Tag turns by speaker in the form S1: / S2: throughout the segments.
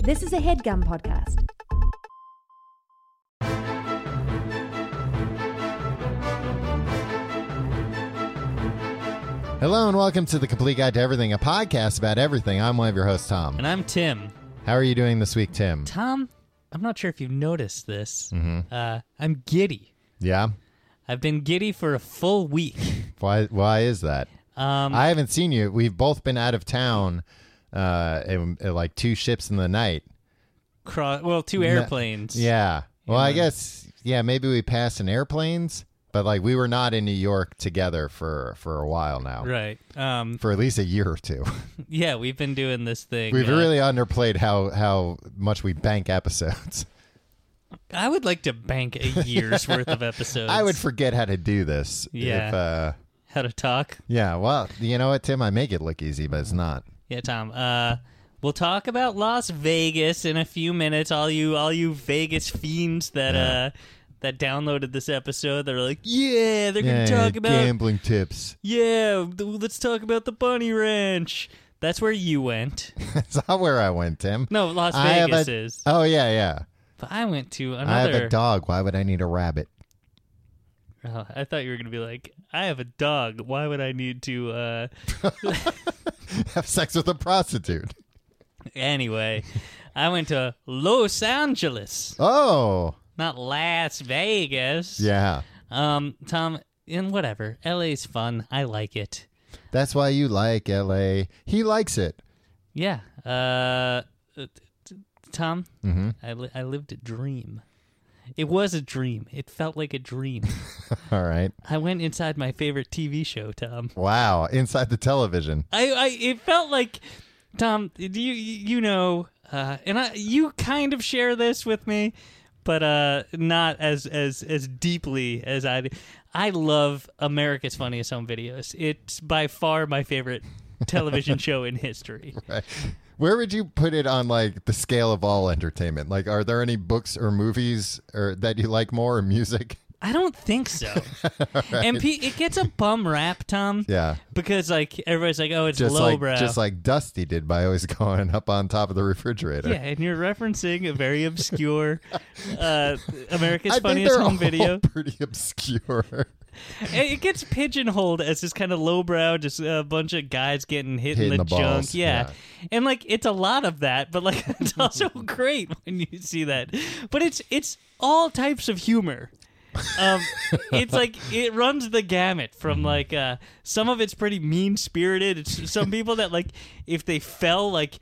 S1: This is a headgum podcast.
S2: Hello and welcome to the Complete Guide to Everything, a podcast about everything. I'm one of your hosts, Tom.
S3: And I'm Tim.
S2: How are you doing this week, Tim?
S3: Tom, I'm not sure if you've noticed this.
S2: Mm-hmm.
S3: Uh, I'm giddy.
S2: Yeah.
S3: I've been giddy for a full week.
S2: Why? Why is that?
S3: Um,
S2: I haven't seen you. We've both been out of town, uh, in, in like two ships in the night.
S3: Cro- well, two airplanes.
S2: Yeah. Well, I guess yeah. Maybe we passed in airplanes, but like we were not in New York together for for a while now,
S3: Right. Um,
S2: for at least a year or two.
S3: yeah, we've been doing this thing.
S2: We've
S3: uh,
S2: really underplayed how how much we bank episodes.
S3: I would like to bank a year's worth of episodes.
S2: I would forget how to do this.
S3: Uh, Yeah.
S2: If, uh,
S3: How to talk.
S2: yeah. Well, you know what, Tim? I make it look easy, but it's not.
S3: Yeah, Tom. Uh, we'll talk about Las Vegas in a few minutes. All you, all you Vegas fiends that uh, that downloaded this episode, they're like, yeah, they're
S2: Yeah,
S3: gonna talk about
S2: gambling tips.
S3: Yeah, th- let's talk about the Bunny Ranch. That's where you went.
S2: That's not where I went, Tim.
S3: No, Las
S2: I have
S3: Vegas
S2: a-
S3: is.
S2: Oh yeah, yeah.
S3: But I went to
S2: I have a
S3: another.
S2: dog. Why would I need a rabbit?
S3: Oh, I thought you were gonna be like, I have a dog. Why would I need to? uh
S2: have sex with a prostitute.
S3: Anyway, I went to Los Angeles,
S2: Oh,
S3: not Las Vegas.
S2: yeah.
S3: Um, Tom, and whatever. LA's fun. I like it.
S2: That's why you like LA. He likes it.
S3: Yeah. Uh, t- t- Tom,
S2: Mm-hmm.
S3: I, li- I lived a dream. It was a dream. It felt like a dream.
S2: All right.
S3: I went inside my favorite TV show, Tom.
S2: Wow. Inside the television.
S3: I, I it felt like, Tom, do you you know, uh, and I you kind of share this with me, but uh, not as as as deeply as I. do. I love America's Funniest Home Videos. It's by far my favorite television show in history.
S2: Right. Where would you put it on like the scale of all entertainment? Like, are there any books or movies or that you like more or music?
S3: I don't think so. And P- it gets a bum rap, Tom.
S2: Yeah.
S3: Because like everybody's like, oh, it's
S2: Just like
S3: lowbrow.
S2: just like Dusty did by always going up on top of the refrigerator.
S3: Yeah, and you're referencing a very obscure uh, America's
S2: I think
S3: Funniest
S2: they're
S3: Home
S2: all
S3: Video.
S2: pretty obscure.
S3: It it gets pigeonholed as this kind of lowbrow, just a bunch of guys getting hit
S2: Hitting
S3: in the,
S2: the
S3: junk.
S2: balls,
S3: Yeah. and like it's a lot of that, but like it's also great when you see that. But it's it's all types of humor. Um, it's like it runs the gamut from
S2: Mm-hmm.
S3: like uh, some of it's pretty mean spirited. It's some people that like if they fell like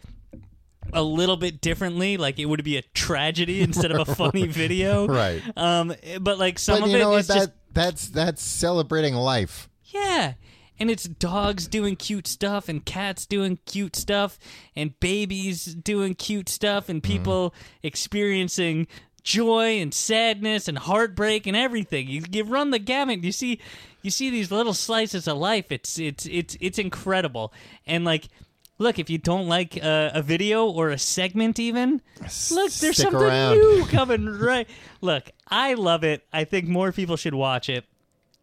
S3: a little bit differently, like it would be a tragedy instead of a funny video.
S2: Right.
S3: Um, but like some
S2: but
S3: of
S2: you
S3: it
S2: know what?
S3: is just
S2: That that's that's celebrating life.
S3: yeah. And it's dogs doing cute stuff and cats doing cute stuff and babies doing cute stuff and
S2: Mm-hmm.
S3: people experiencing joy and sadness and heartbreak and everything. You, you run the gamut. You see you see these little slices of life. It's it's it's it's incredible. And like look, if you don't like uh, a video or a segment even, look, there's
S2: stick
S3: something
S2: around.
S3: new coming right. Look, I love it. I think more people should watch it.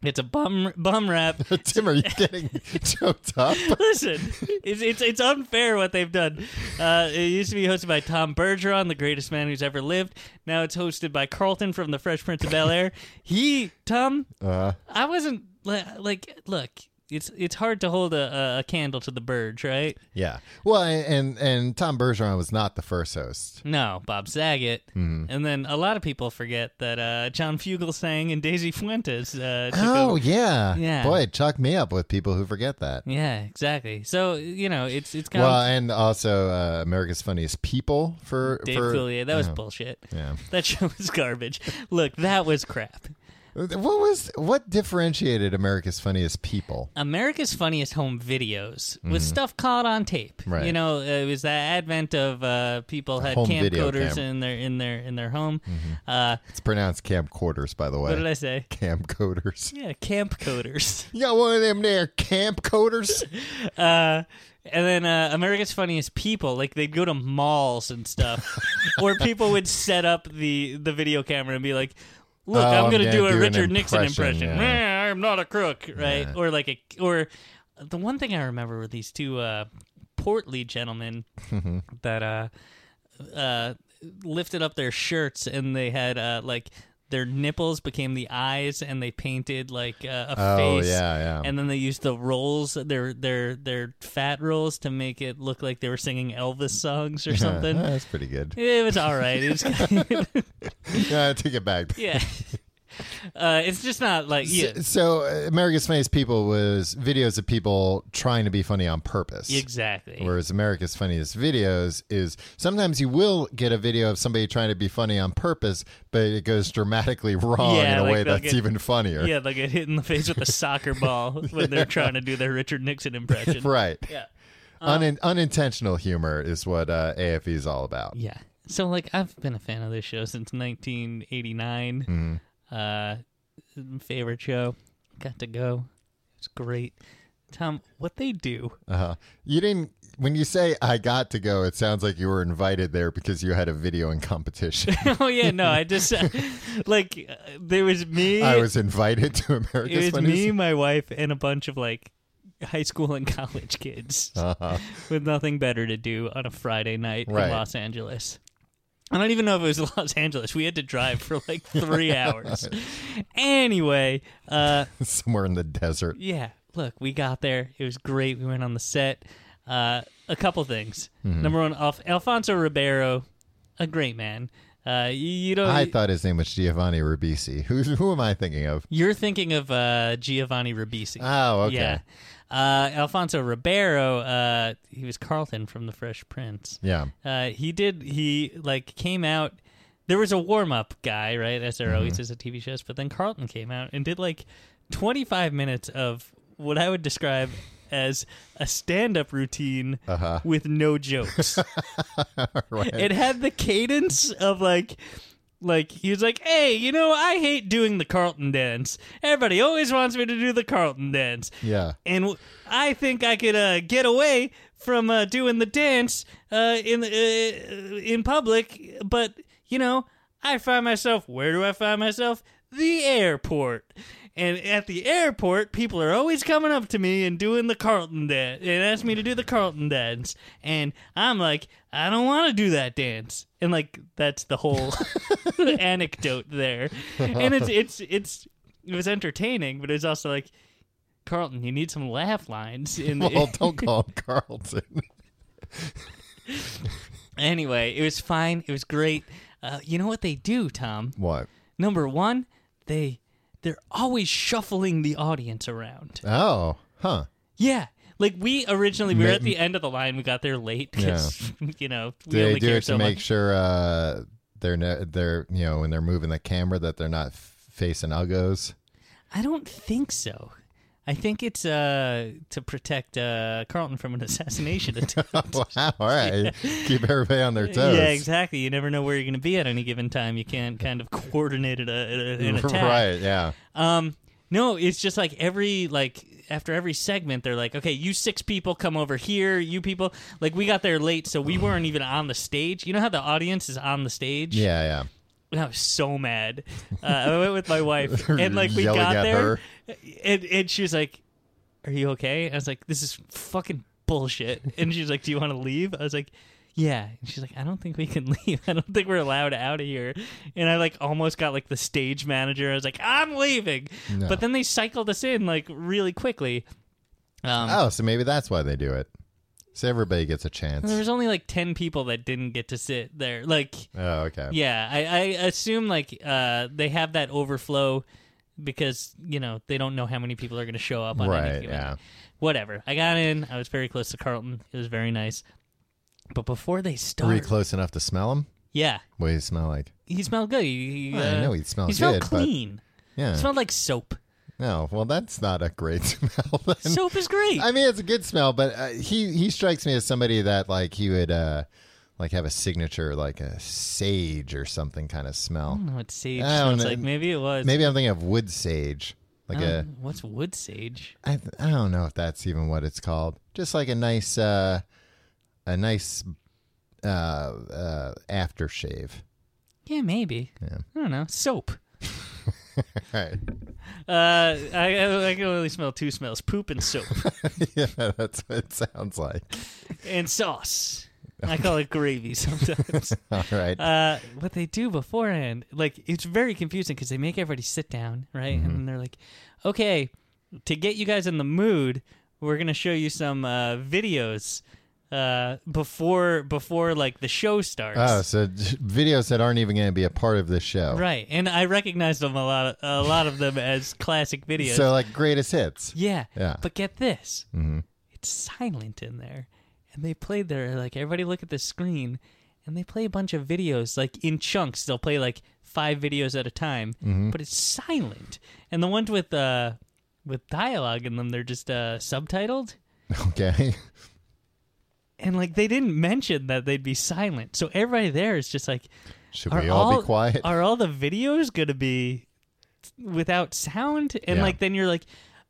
S3: It's a bum bum rap.
S2: Tim, are you getting choked up?
S3: Listen, it's, it's it's unfair what they've done. Uh, it used to be hosted by Tom Bergeron, the greatest man who's ever lived. Now it's hosted by Carlton from The Fresh Prince of Bel Air. He Tom,
S2: Uh,
S3: I wasn't li- like look. It's it's hard to hold a, a- a candle to the Burge, right?
S2: yeah. Well, and and Tom Bergeron was not the first host.
S3: No, Bob Saget,
S2: Mm-hmm.
S3: and then a lot of people forget that uh, John Fugelsang and Daisy Fuentes. Uh, took
S2: Oh
S3: over.
S2: yeah,
S3: Yeah.
S2: Boy, chuck me up with people who forget that.
S3: yeah, exactly. So you know, it's it's kind
S2: Well,
S3: of
S2: and also uh, America's Funniest People for
S3: Dave
S2: for Oh,
S3: Coulier. That was bullshit.
S2: yeah.
S3: That show was garbage. Look, that was crap.
S2: What was what differentiated America's Funniest People?
S3: America's Funniest Home Videos was stuff caught on tape.
S2: Mm-hmm. Right.
S3: You know, it was the advent of uh, people had
S2: home video cam.
S3: camcorders
S2: Mm-hmm.
S3: in their in their in their home. Uh,
S2: It's pronounced camcorders, by the way.
S3: what did I say?
S2: Camcoders.
S3: Yeah, camcoders.
S2: You got one of them there camcoders.
S3: uh, and then uh, America's Funniest People, like they'd go to malls and stuff, where people would set up the the video camera and be like, "Look,
S2: Oh,
S3: I'm
S2: I'm
S3: gonna
S2: gonna
S3: do a
S2: do an
S3: Richard Nixon
S2: impression,
S3: impression.
S2: yeah.
S3: Meh, I'm not a crook, right?" Or like a or the
S2: Mm-hmm.
S3: one thing I remember were these two uh, portly gentlemen that uh, uh, lifted up their shirts and they had uh, like their nipples became the eyes and they painted like uh, a
S2: Oh,
S3: face.
S2: yeah, yeah.
S3: And then they used the rolls, their their their fat rolls, to make it look like they were singing Elvis songs or something.
S2: Yeah, that's pretty good.
S3: It was all right. It was,
S2: Yeah, I take it back.
S3: yeah. Uh, it's just not like yeah,
S2: So, uh, America's Funniest People was videos of people trying to be funny on purpose.
S3: exactly.
S2: Whereas America's Funniest Videos is sometimes you will get a video of somebody trying to be funny on purpose, but it goes dramatically wrong
S3: Yeah,
S2: in a
S3: like
S2: way
S3: they'll
S2: that's
S3: get-
S2: even funnier.
S3: Yeah, they get hit in the face with a soccer ball when they're trying to do their Richard Nixon impression.
S2: Right.
S3: Yeah. uh-huh.
S2: Unin- unintentional humor is what uh, AFE is all about.
S3: Yeah. So like I've been a fan of this show since 1989. Uh favorite show. Got to go. It's great. Tom, what they do?
S2: Uh-huh. You didn't. When you say "I got to go," it sounds like you were invited there because you had a video in competition.
S3: oh yeah, no, I just like uh, there was me.
S2: I was invited to America's
S3: it was
S2: Funniest.
S3: me, my wife, and a bunch of like high school and college kids
S2: Uh-huh.
S3: with nothing better to do on a Friday night
S2: Right.
S3: in Los Angeles. I don't even know if it was Los Angeles. We had to drive for like three hours. Anyway, uh,
S2: somewhere in the desert.
S3: yeah, look, we got there. It was great. We went on the set. Uh, a couple things.
S2: Mm-hmm.
S3: Number one, Alf- Alfonso Ribeiro, a great man. Uh, you, you don't.
S2: I thought his name was Giovanni Ribisi. Who who am I thinking of?
S3: You're thinking of uh, Giovanni Ribisi.
S2: Oh, okay.
S3: Yeah. Uh, Alfonso Ribeiro, uh, he was Carlton from The Fresh Prince.
S2: Yeah.
S3: Uh, he did, he like came out. There was a warm up guy, right? As there always is at TV shows. But then Carlton came out and did like 25 minutes of what I would describe as a stand up routine with no jokes.
S2: Right.
S3: it had the cadence of like like he was like hey you know i hate doing the carlton dance everybody always wants me to do the carlton dance
S2: yeah.
S3: and w- i think i could uh, get away from uh, doing the dance uh, in the, uh, in public but you know i find myself where do i find myself the airport and at the airport people are always coming up to me and doing the carlton dance and ask me to do the carlton dance and i'm like i don't want to do that dance and like that's the whole anecdote there and it's it's it's it was entertaining but it was also like Carlton, you need some laugh lines in the
S2: Well, don't call him Carlton.
S3: Anyway, it was fine. It was great. Uh, you know what they do, Tom?
S2: what?
S3: Number one, they they're always shuffling the audience around.
S2: Oh, huh.
S3: Yeah. Like we originally we were
S2: Ma-
S3: at the end of the line, we got there late because you know we
S2: Do they
S3: only
S2: do
S3: care
S2: it to
S3: so
S2: make
S3: much.
S2: sure uh, they're no, they're you know when they're moving the camera that they're not f- facing uggos?
S3: I don't think so. I think it's uh, to protect uh, Carlton from an assassination attempt.
S2: wow. All right. Keep everybody on their toes.
S3: Yeah, exactly. You never know where you're going to be at any given time. You can't kind of coordinate it, uh, an attack.
S2: Right. Yeah.
S3: Um, no, it's just like every like after every segment, they're like, okay, you six people come over here. You people, like we got there late, so we weren't even on the stage. You know how the audience is on the stage?
S2: Yeah. Yeah.
S3: And I was so mad. Uh, I went with my wife, and like we
S2: Yelling
S3: got
S2: at
S3: there,
S2: her.
S3: and and she was like, "Are you okay?" I was like, "This is fucking bullshit." And she's like, "Do you want to leave?" I was like. Yeah, and she's like, I don't think we can leave. I don't think we're allowed out of here. And I like almost got like the stage manager. I was like, I'm leaving.
S2: No.
S3: But then they cycled us in like really quickly. Um,
S2: Oh, so maybe that's why they do it. So everybody gets a
S3: There
S2: chance.
S3: was only like ten people that didn't get to sit there. Like,
S2: Oh, okay.
S3: yeah, I, I assume like uh, they have that overflow because you know they don't know how many people are going to show up on any
S2: Right.
S3: given
S2: Yeah.
S3: Whatever. I got in. I was very close to Carlton. It was very nice. But before they
S2: Were you
S3: start,
S2: close enough to smell them?
S3: yeah,
S2: What do you smell like?
S3: he smelled good. He, he,
S2: I
S3: uh,
S2: know he smelled
S3: he smelled
S2: good, but- uh,
S3: clean.
S2: Yeah.
S3: He smelled like soap.
S2: no. Well, that's not a great smell. Then.
S3: soap is great.
S2: I mean, it's a good smell, but uh, he he strikes me as somebody that like he would uh like have a signature like a sage or something kind of smell.
S3: I don't know what sage
S2: I don't
S3: smells
S2: know.
S3: like. Maybe it was.
S2: Maybe I'm thinking of wood sage, like
S3: I
S2: a
S3: don't- what's wood sage?
S2: I, I don't know if that's even what it's called. Just like a nice uh a nice uh uh aftershave.
S3: Yeah, maybe.
S2: Yeah.
S3: I don't know. Soap.
S2: Right.
S3: Uh, I, I I can only smell two smells: poop and soap
S2: yeah, that's what it sounds like.
S3: and sauce. I call it gravy sometimes.
S2: All right.
S3: uh, what they do beforehand, like it's very confusing because they make everybody sit down, right?
S2: Mm-hmm.
S3: And then they're like, "Okay, to get you guys in the mood, we're gonna show you some uh, videos uh, before before like the show starts."
S2: oh, so j- videos that aren't even going to be a part of this show.
S3: Right, and I recognized them a lot, a lot of them as classic videos.
S2: So like greatest hits.
S3: yeah,
S2: Yeah.
S3: But get this, it's silent in there, and they play their like everybody look at the screen, and they play a bunch of videos like in chunks. They'll play like five videos at a time, but it's silent. And the ones with uh with dialogue in them, they're just uh subtitled.
S2: Okay.
S3: And like they didn't mention that they'd be silent, so everybody there is just like,
S2: Should we all, be quiet?
S3: Are all the videos gonna be without sound? And
S2: Yeah.
S3: like then you're like,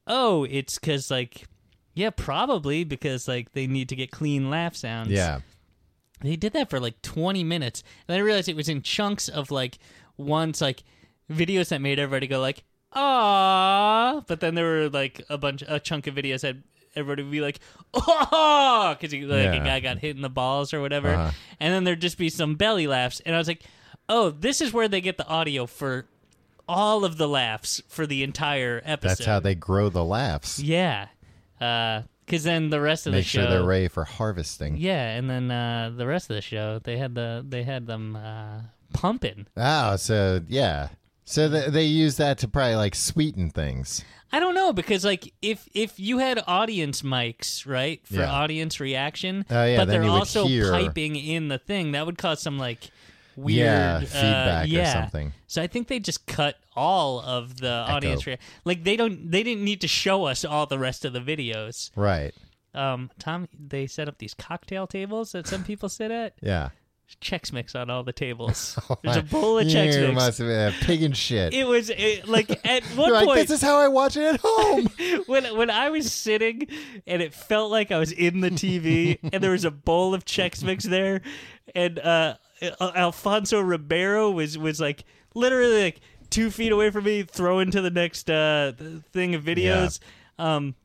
S3: oh, it's because like, yeah, probably because like they need to get clean laugh sounds.
S2: yeah.
S3: they did that for like 20 minutes, and I realized it was in chunks of like once like videos that made everybody go like, ah, but then there were like a bunch a chunk of videos that. Everybody would be like, oh, because like
S2: Yeah.
S3: a guy got hit in the balls or whatever,
S2: Uh-huh.
S3: and then there'd just be some belly laughs, and I was like, oh, this is where they get the audio for all of the laughs for the entire episode.
S2: That's how they grow the laughs.
S3: yeah, because then the rest of the
S2: Make
S3: show,
S2: sure they're ready for harvesting.
S3: yeah, and then uh, the rest of the show, they had the they had them uh, pumping.
S2: Oh, so yeah. So th- they use that to probably like sweeten things.
S3: I don't know because like if if you had audience mics right for
S2: Yeah.
S3: audience reaction,
S2: Oh, yeah,
S3: but
S2: then
S3: they're
S2: you would
S3: also
S2: hear-
S3: piping in the thing that would cause some like weird
S2: Yeah,
S3: uh,
S2: feedback or
S3: yeah.
S2: something.
S3: So I think they just cut all of the audience reaction. Like they don't they didn't need to show us all the rest of the videos.
S2: Right.
S3: Um, Tom, they set up these cocktail tables that some people sit at.
S2: Yeah.
S3: Chex Mix on all the tables.
S2: Oh,
S3: There's a bowl of Chex
S2: You
S3: Mix.
S2: must have been a pig and shit.
S3: It was it, like at one
S2: You're like,
S3: point
S2: this is how I watch it at home.
S3: when when I was sitting and it felt like I was in the TV and there was a bowl of Chex Mix there and uh, Al- Alfonso Ribeiro was was like literally like two feet away from me throwing to the next uh, th- thing of videos. Um,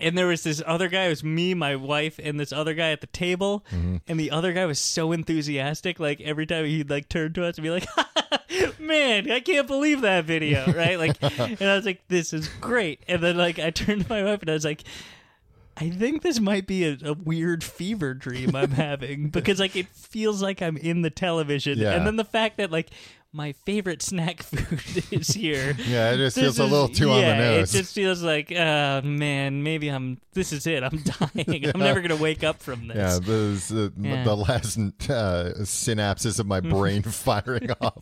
S3: and there was this other guy. It was me, my wife, and this other guy at the table.
S2: Mm-hmm.
S3: And the other guy was so enthusiastic. Like every time he'd like turn to us and be like, "Man, I can't believe that video!" Right? Like, and I was like, "This is great." And then like I turned to my wife and I was like. I think this might be a, a weird fever dream I'm having because like it feels like I'm in the television,
S2: Yeah.
S3: and then the fact that like my favorite snack food is here,
S2: Yeah, it just
S3: this
S2: feels a little
S3: is-
S2: too on the
S3: yeah,
S2: nose.
S3: It just feels like, uh, man, maybe I'm. This is it. I'm dying. I'm never gonna wake up from this.
S2: yeah, those, uh,
S3: Yeah.
S2: the last uh, synapses of my brain firing off.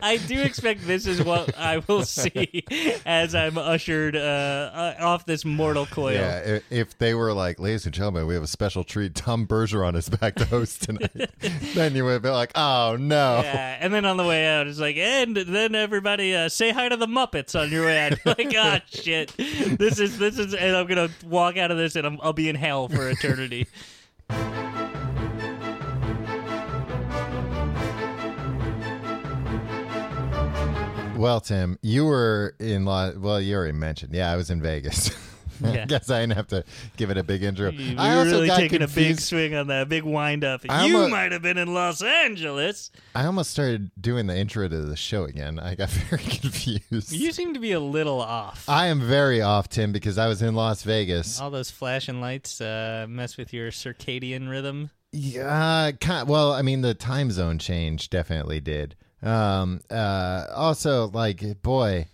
S3: I do expect this is what I will see as I'm ushered uh, uh, off this mortal coil.
S2: Yeah, i- if they were like, ladies and gentlemen, we have a special treat. Tom Bergeron is back to host tonight. then you would be like, oh no.
S3: Yeah, and then on the way out, it's like, and then everybody uh, say hi to the Muppets on your way out. like, ah, shit, this is this is, and I'm gonna walk out of this, and I'm, I'll be in hell for eternity.
S2: Well, Tim, you were in Los. Well, you already mentioned. Yeah, I was in Vegas. I
S3: Yeah.
S2: guess I didn't have to give it a big intro.
S3: You
S2: I
S3: were
S2: also
S3: really
S2: got
S3: taking a big
S2: confused.
S3: swing on that, a big wind up.
S2: I'm
S3: you
S2: a-
S3: might have been in Los Angeles.
S2: I almost started doing the intro to the show again. I got very confused.
S3: You seem to be a little off.
S2: I am very off, Tim, because I was in Las Vegas.
S3: All those flashing lights uh, mess with your circadian rhythm.
S2: Yeah, kind well, I mean, the time zone change definitely did. Um, uh, also, like, boy,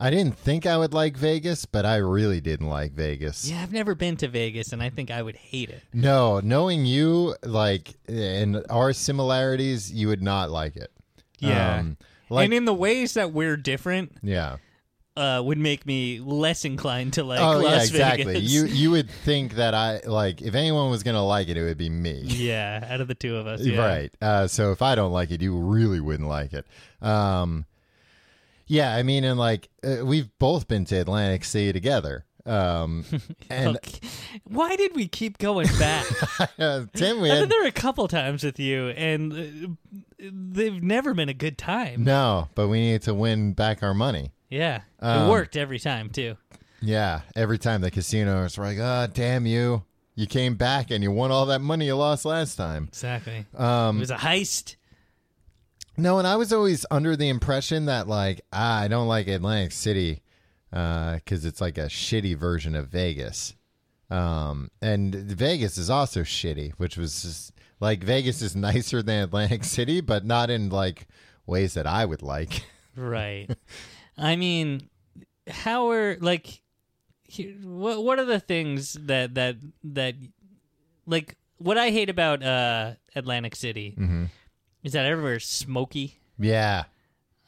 S2: I didn't think I would like Vegas, but I really didn't like Vegas.
S3: Yeah, I've never been to Vegas, and I think I would hate it.
S2: No, knowing you, like, and our similarities, you would not like it.
S3: Yeah.
S2: Um, like,
S3: and in the ways that we're different,
S2: yeah.
S3: uh, would make me less inclined to like
S2: oh,
S3: Las
S2: yeah, exactly.
S3: Vegas.
S2: You you would think that I like if anyone was gonna like it, it would be me.
S3: yeah, out of the two of us, yeah.
S2: Right. Uh, so if I don't like it, you really wouldn't like it. Um, yeah, I mean, and like uh, we've both been to Atlantic City together. Um, and
S3: Look, why did we keep going back?
S2: uh, Tim, we
S3: I've been
S2: had,
S3: there were a couple times with you, and uh, they've never been a good time.
S2: no, but we needed to win back our money.
S3: Yeah,
S2: Um,
S3: it worked every time too.
S2: Yeah, every time the casinos were like, "Ah, damn you." You came back and you won all that money you lost last time.
S3: Exactly. Um, it was a heist.
S2: No, and I was always under the impression that like ah, I don't like Atlantic City because it's like a shitty version of Vegas, um, and Vegas is also shitty, which was just, like Vegas is nicer than Atlantic City, but not in like ways that I would like.
S3: Right. I mean, how are like he- what what are the things that that that like what I hate about uh Atlantic City is that everywhere's smoky.
S2: yeah,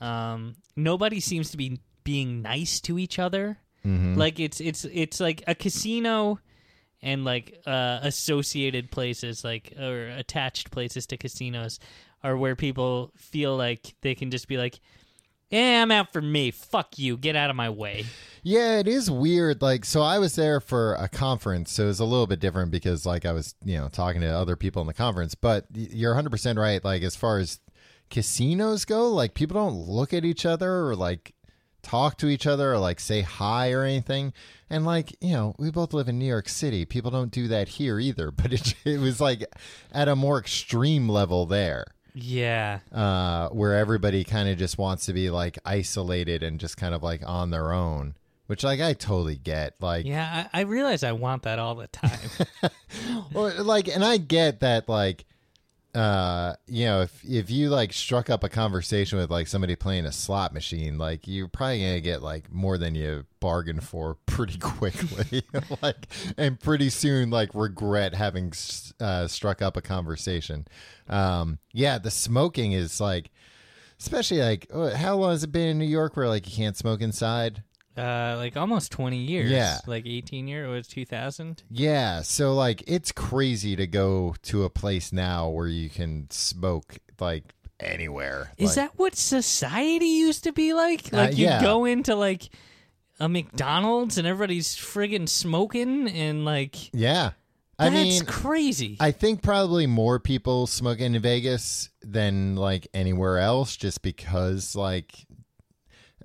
S3: Um nobody seems to be being nice to each other.
S2: Mhm.
S3: Like it's it's it's like a casino and like uh associated places like or attached places to casinos are where people feel like they can just be like Eh, I'm out for me. Fuck you. Get out of my way.
S2: Yeah, it is weird. Like, so I was there for a conference, so it was a little bit different because, like, I was, you know, talking to other people in the conference. But y- you're 100% right. Like, as far as casinos go, like, people don't look at each other or, like, talk to each other or, like, say hi or anything. And, like, you know, we both live in New York City. People don't do that here either. But it, it was, like, at a more extreme level there
S3: Yeah.
S2: uh, where everybody kind of just wants to be like isolated and just kind of like on their own, which like I totally get. Like,
S3: Yeah, I, I realize I want that all the time.
S2: or, like, and I get that like, uh, you know, if if you like struck up a conversation with like somebody playing a slot machine, like you're probably gonna get like more than you bargained for pretty quickly, like, and pretty soon like regret having s- uh, struck up a conversation. Um, yeah, the smoking is like. especially like oh, how long has it been in New York where like you can't smoke inside?
S3: uh, like almost 20 years.
S2: Yeah.
S3: Like 18 year, it was 2000.
S2: Yeah, so like it's crazy to go to a place now where you can smoke like anywhere.
S3: Is that what society used to be like? Like you
S2: Uh, yeah.
S3: go into like a McDonald's and everybody's friggin' smoking and like
S2: that? Yeah, I
S3: that's
S2: mean,
S3: crazy.
S2: I think probably more people smoke in Vegas than like anywhere else, just because like.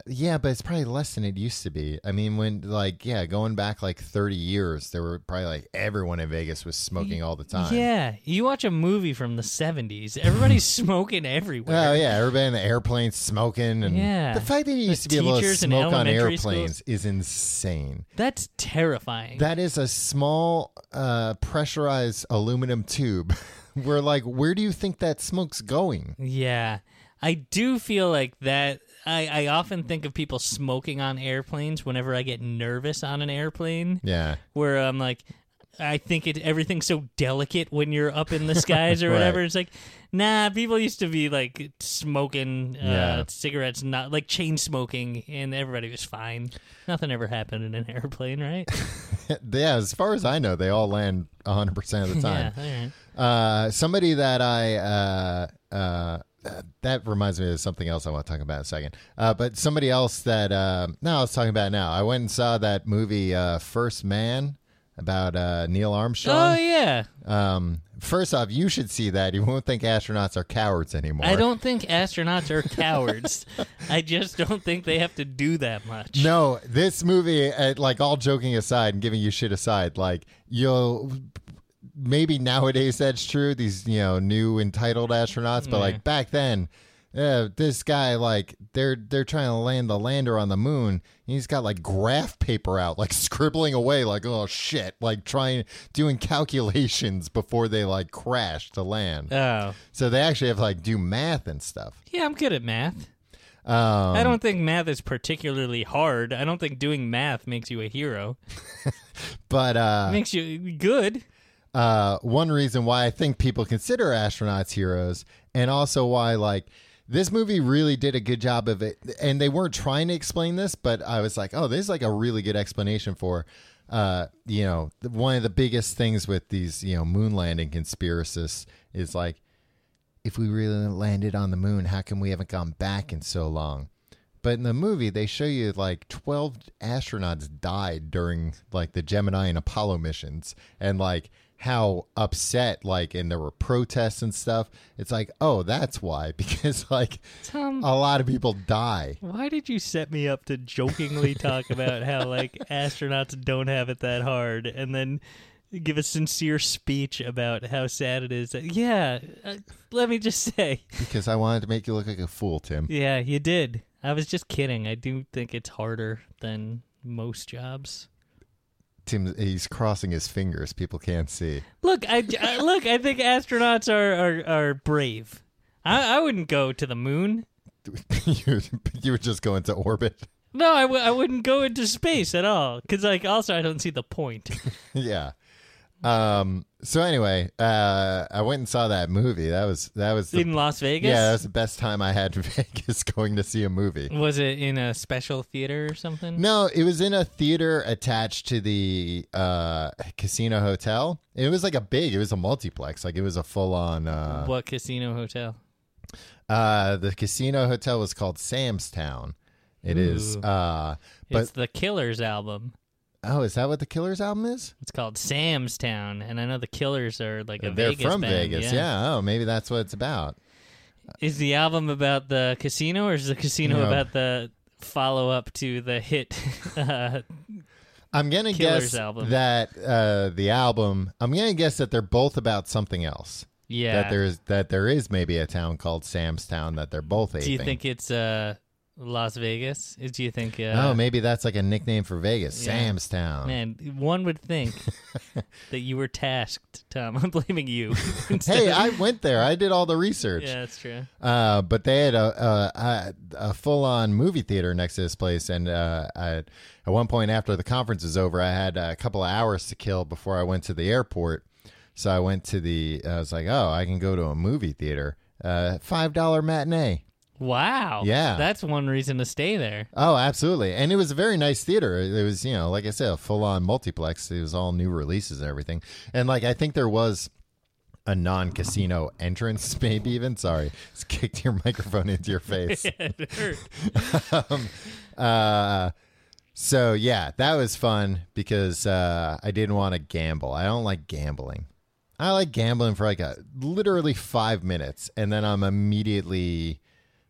S2: Yeah, but it's probably less than it used to be. I mean, when like yeah, going back like thirty years, there were probably like everyone in Vegas was smoking all the time.
S3: yeah, you watch a movie from the 70s, everybody's smoking everywhere.
S2: Oh yeah, everybody in the airplane smoking, and
S3: Yeah.
S2: the fact that you used to be able to
S3: teachers in
S2: smoke on
S3: elementary
S2: airplanes is insane.
S3: that's terrifying.
S2: That is a small uh, pressurized aluminum tube. Where like, where do you think that smoke's going?
S3: Yeah. I do feel like that. I, I often think of people smoking on airplanes whenever I get nervous on an airplane,
S2: Yeah,
S3: where I'm like, I think it everything's so delicate when you're up in the skies or
S2: Right.
S3: whatever. It's like, nah, people used to be like smoking uh,
S2: Yeah.
S3: cigarettes, not like chain smoking, and everybody was fine. Nothing ever happened in an airplane, right?
S2: yeah. As far as I know, they all land 100 percent of the
S3: yeah.
S2: time.
S3: all right.
S2: Uh, somebody that I uh, uh, that reminds me of something else I want to talk about in a second. Uh, but somebody else that uh, no, I was talking about now. I went and saw that movie uh, First Man about uh, Neil
S3: Oh,
S2: Armstrong.
S3: yeah.
S2: Um, first off, you should see that. You won't think astronauts are cowards anymore.
S3: I don't think astronauts are cowards. I just don't think they have to do that much.
S2: No, this movie, uh, like all joking aside and giving you shit aside, like you'll maybe nowadays that's true. These you know new entitled astronauts, but like back then, uh, this guy like they're they're trying to land the lander on the moon. And he's got like graph paper out, like scribbling away, like oh shit, like trying doing calculations before they like crash to land.
S3: Oh.
S2: So they actually have to, like do math and stuff.
S3: Yeah, I'm good at math.
S2: Um,
S3: I don't think math is particularly hard. I don't think doing math makes you a hero.
S2: but uh,
S3: It makes you good.
S2: uh, one reason why I think people consider astronauts heroes, and also why like this movie really did a good job of it. And they weren't trying to explain this, but I was like, oh, this is like a really good explanation for, uh, you know, th- one of the biggest things with these you know moon landing conspiracists is like, if we really landed on the moon, how come we haven't gone back in so long? But in the movie, they show you like 12 astronauts died during like the Gemini and Apollo missions and like how upset, like, and there were protests and stuff. It's like, oh, that's why, because like
S3: Tom,
S2: a lot of people die.
S3: why did you set me up to jokingly talk about how like astronauts don't have it that hard and then give a sincere speech about how sad it is. Yeah, uh, let me just say,
S2: because I wanted to make you look like a fool, Tim.
S3: yeah, you did. I was just kidding. I do think it's harder than most jobs.
S2: Tim, he's crossing his fingers. People can't see.
S3: Look, I, I- look. I think astronauts are are, are brave. I, I wouldn't go to the moon.
S2: you, you would just go into orbit.
S3: No, I, w- I wouldn't go into space at all. Because like, also, I don't see the point.
S2: yeah. Um. So anyway, uh, I went and saw that movie. That was that was the,
S3: in Las Vegas.
S2: yeah, that was the best time I had in Vegas going to see a movie.
S3: Was it in a special theater or something?
S2: No, it was in a theater attached to the uh, casino hotel. It was like a big. It was a multiplex. Like it was a full on. Uh,
S3: What casino hotel?
S2: uh, the casino hotel was called Sam's Town. It is.
S3: Ooh.
S2: Uh, but
S3: it's the Killers album.
S2: oh, is that what the Killers album is?
S3: It's called Sam's Town, and I know the Killers are like a
S2: They're
S3: Vegas
S2: from
S3: band,
S2: Vegas. Yeah. Oh, maybe that's what it's about.
S3: Is the album about the casino, or is the casino
S2: No.
S3: about the follow up to the hit? uh,
S2: I'm gonna
S3: Killers
S2: guess
S3: album.
S2: that uh, the album. I'm gonna guess that they're both about something else.
S3: yeah.
S2: That there's that there is maybe a town called Sam's Town that they're both. Aping.
S3: Do you think it's uh, Las Vegas? Do you think? Uh,
S2: oh, maybe that's like a nickname for Vegas,
S3: Yeah.
S2: Sam's Town.
S3: man, one would think that you were tasked, Tom. I'm blaming you.
S2: Hey, I went there. I did all the research.
S3: yeah, that's true.
S2: Uh, but they had a a, a, a full on movie theater next to this place, and uh, I, at one point after the conference was over, I had a couple of hours to kill before I went to the airport. So I went to the. I was like, oh, I can go to a movie theater. Uh, Five dollar matinee.
S3: Wow.
S2: Yeah.
S3: That's one reason to stay there.
S2: Oh, absolutely. And it was a very nice theater. It was, you know, like I said, a full on multiplex. It was all new releases and everything. And like I think there was a non casino entrance, maybe even. Sorry. It's kicked your microphone into your face.
S3: It hurt.
S2: um, uh, so yeah, that was fun because uh, I didn't want to gamble. I don't like gambling. I like gambling for like a literally five minutes, and then I'm immediately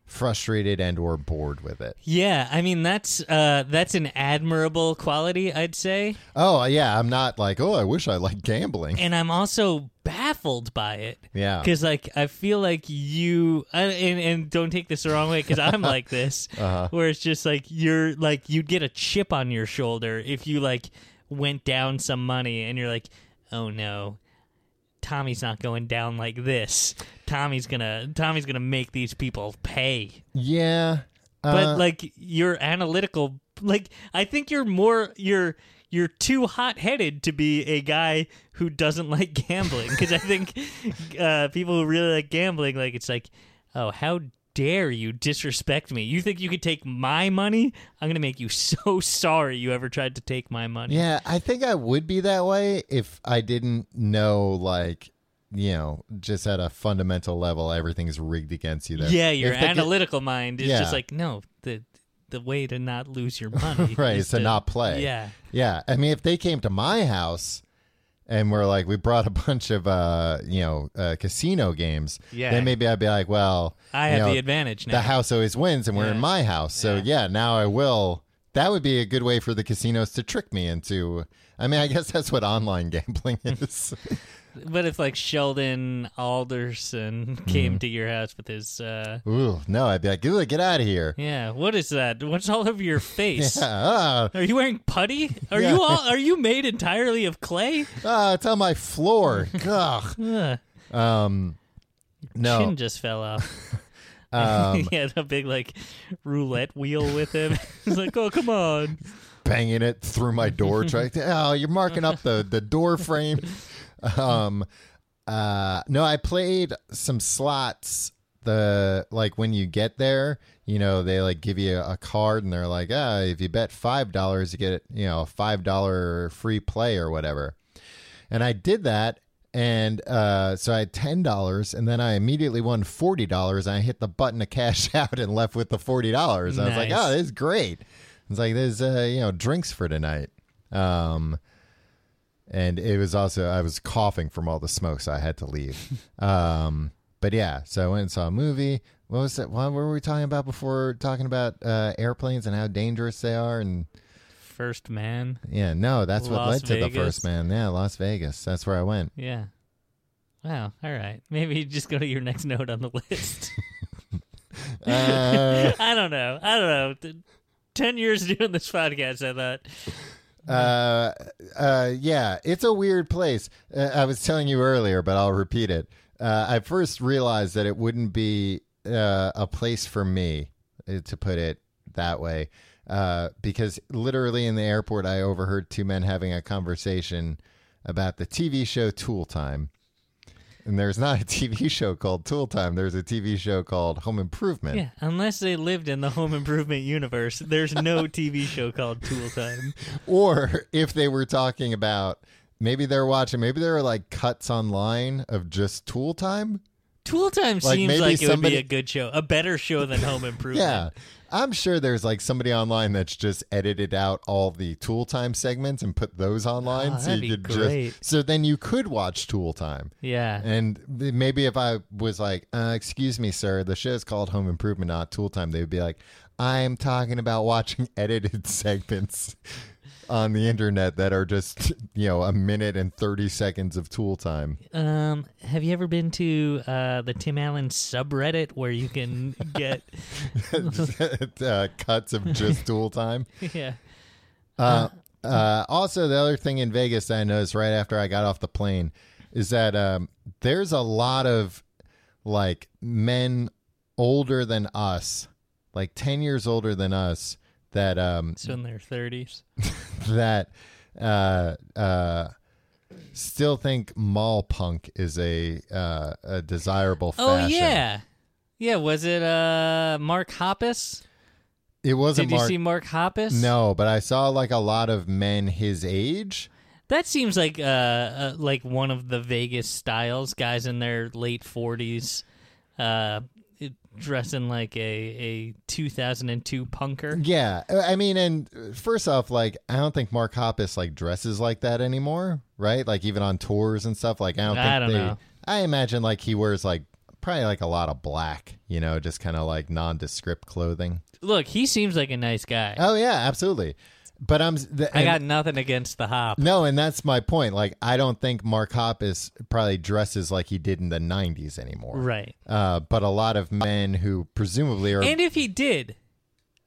S2: frustrated and or bored with it.
S3: Yeah, I mean that's uh, that's an admirable quality, I'd say,
S2: Oh yeah, I'm not like oh I wish I liked gambling.
S3: and I'm also baffled by it.
S2: Yeah.
S3: because like I feel like you, I, and, and don't take this the wrong way, because I'm like this, where it's just like you're like you'd get a chip on your shoulder if you like went down some money, and you're like, oh no. Tommy's not going down like this. Tommy's gonna Tommy's gonna make these people pay.
S2: Yeah,
S3: but
S2: uh,
S3: like you're analytical like i think you're more you're you're too hot-headed to be a guy who doesn't like gambling because i think uh, people who really like gambling like it's like oh how dare you disrespect me you think you could take my money i'm gonna make you so sorry you ever tried to take my money
S2: yeah, I think I would be that way if I didn't know like. You know, just at a fundamental level, everything's rigged against you. There,
S3: yeah your
S2: If they get-
S3: analytical mind is
S2: Yeah.
S3: just like no the the way to not lose your money
S2: right is to not play
S3: yeah
S2: yeah i mean if they came to my house and we're like we brought a bunch of uh you know uh, casino games
S3: Yeah.
S2: then maybe i'd be like well
S3: i
S2: you
S3: have
S2: know,
S3: the advantage now
S2: the house always wins and we're in
S3: Yeah.
S2: my house so yeah. now i will that would be a good way for the casinos to trick me into i mean i guess that's what online gambling is
S3: But if like Sheldon Alderson
S2: Mm-hmm.
S3: came to your house with his uh
S2: ooh no i'd be like ooh, get out of here
S3: yeah, what is that? What's all over your face?
S2: Ah,
S3: Are you wearing putty? Are
S2: Yeah.
S3: you all are you made entirely of clay?
S2: ah, it's on my floor. Ugh.
S3: Ugh,
S2: Um, no. Um,
S3: Chin just fell off. he had a big like roulette wheel with him. He's like, "Oh, come on."
S2: banging it through my door trying to oh you're marking up the the door frame um uh no i played some slots the like when you get there you know they like give you a card and they're like ah if you bet five dollars you get you know a five dollar free play or whatever and i did that and uh, so I had ten dollars, and then I immediately won forty dollars. I hit the button to cash out and left with the forty dollars. I was like,
S3: Nice.
S2: "Oh, this is great!" It's like there's uh, you know drinks for tonight. Um, and it was also I was coughing from all the smoke, so I had to leave. um, but yeah, so I went and saw a movie. What was that? What were we talking about before? Talking about uh, airplanes and how dangerous they are, and
S3: first man.
S2: Yeah, no, that's what
S3: Las
S2: led to the
S3: Vegas.
S2: first man. Yeah, Las Vegas. That's where I went.
S3: Yeah. Wow. All right. Maybe you just go to your next note on the list.
S2: Uh,
S3: I don't know. I don't know. Th- Ten years doing this podcast, I thought.
S2: uh, uh, yeah, it's a weird place. Uh, I was telling you earlier, but I'll repeat it. Uh, I first realized that it wouldn't be uh, a place for me, uh, to put it that way, uh, because literally in the airport, I overheard two men having a conversation about the TV show Tool Time. And there's not a TV show called Tool Time. There's a TV show called Home Improvement.
S3: Yeah. Unless they lived in the home improvement universe, there's no TV show called Tool Time.
S2: or if they were talking about maybe they're watching maybe there are like cuts online of just tool time
S3: Tool Time
S2: Like,
S3: seems
S2: maybe
S3: like it
S2: somebody-
S3: would be a good show, a better show than Home Improvement.
S2: yeah i'm sure there's like somebody online that's just edited out all the tool time segments and put those online
S3: Oh,
S2: so
S3: that'd
S2: you
S3: be
S2: could
S3: great.
S2: just so then you could watch tool time
S3: Yeah.
S2: and th- maybe if i was like uh, excuse me sir the show's called home improvement not tool time they would be like i'm talking about watching edited segments on the internet that are just you know a minute and 30 seconds of tool time
S3: Um, have you ever been to uh, the Tim Allen subreddit where you can get
S2: uh, cuts of just tool time.
S3: yeah
S2: Uh, uh, also, the other thing in Vegas that I noticed right after I got off the plane is that um, there's a lot of like men older than us, like ten years older than us, that um,
S3: so in their thirties?
S2: that uh, uh, still think mall punk is a uh, a desirable.
S3: Oh
S2: fashion.
S3: yeah, yeah. Was it uh Mark Hoppus?
S2: it wasn't
S3: Did you
S2: Mark.
S3: see Mark Hoppus?
S2: no, but I saw like a lot of men his age.
S3: That seems like uh, uh like one of the Vegas styles. Guys in their late forties, uh, it- dressing like a a 2002 punker.
S2: Yeah, Uh, I mean, and uh, first off, like I don't think Mark Hoppus like dresses like that anymore, right? Like even on tours and stuff. Like I don't. Think
S3: I don't
S2: they,
S3: know.
S2: I imagine like he wears like probably like a lot of black, you know, just kind of like nondescript clothing.
S3: Look, he seems like a nice guy.
S2: Oh yeah, absolutely. But I'm. The,
S3: I got nothing against the hop.
S2: no, and that's my point. Like I don't think Mark Hoppus probably dresses like he did in the '90s anymore.
S3: Right.
S2: Uh, but a lot of men who presumably are
S3: And if he did,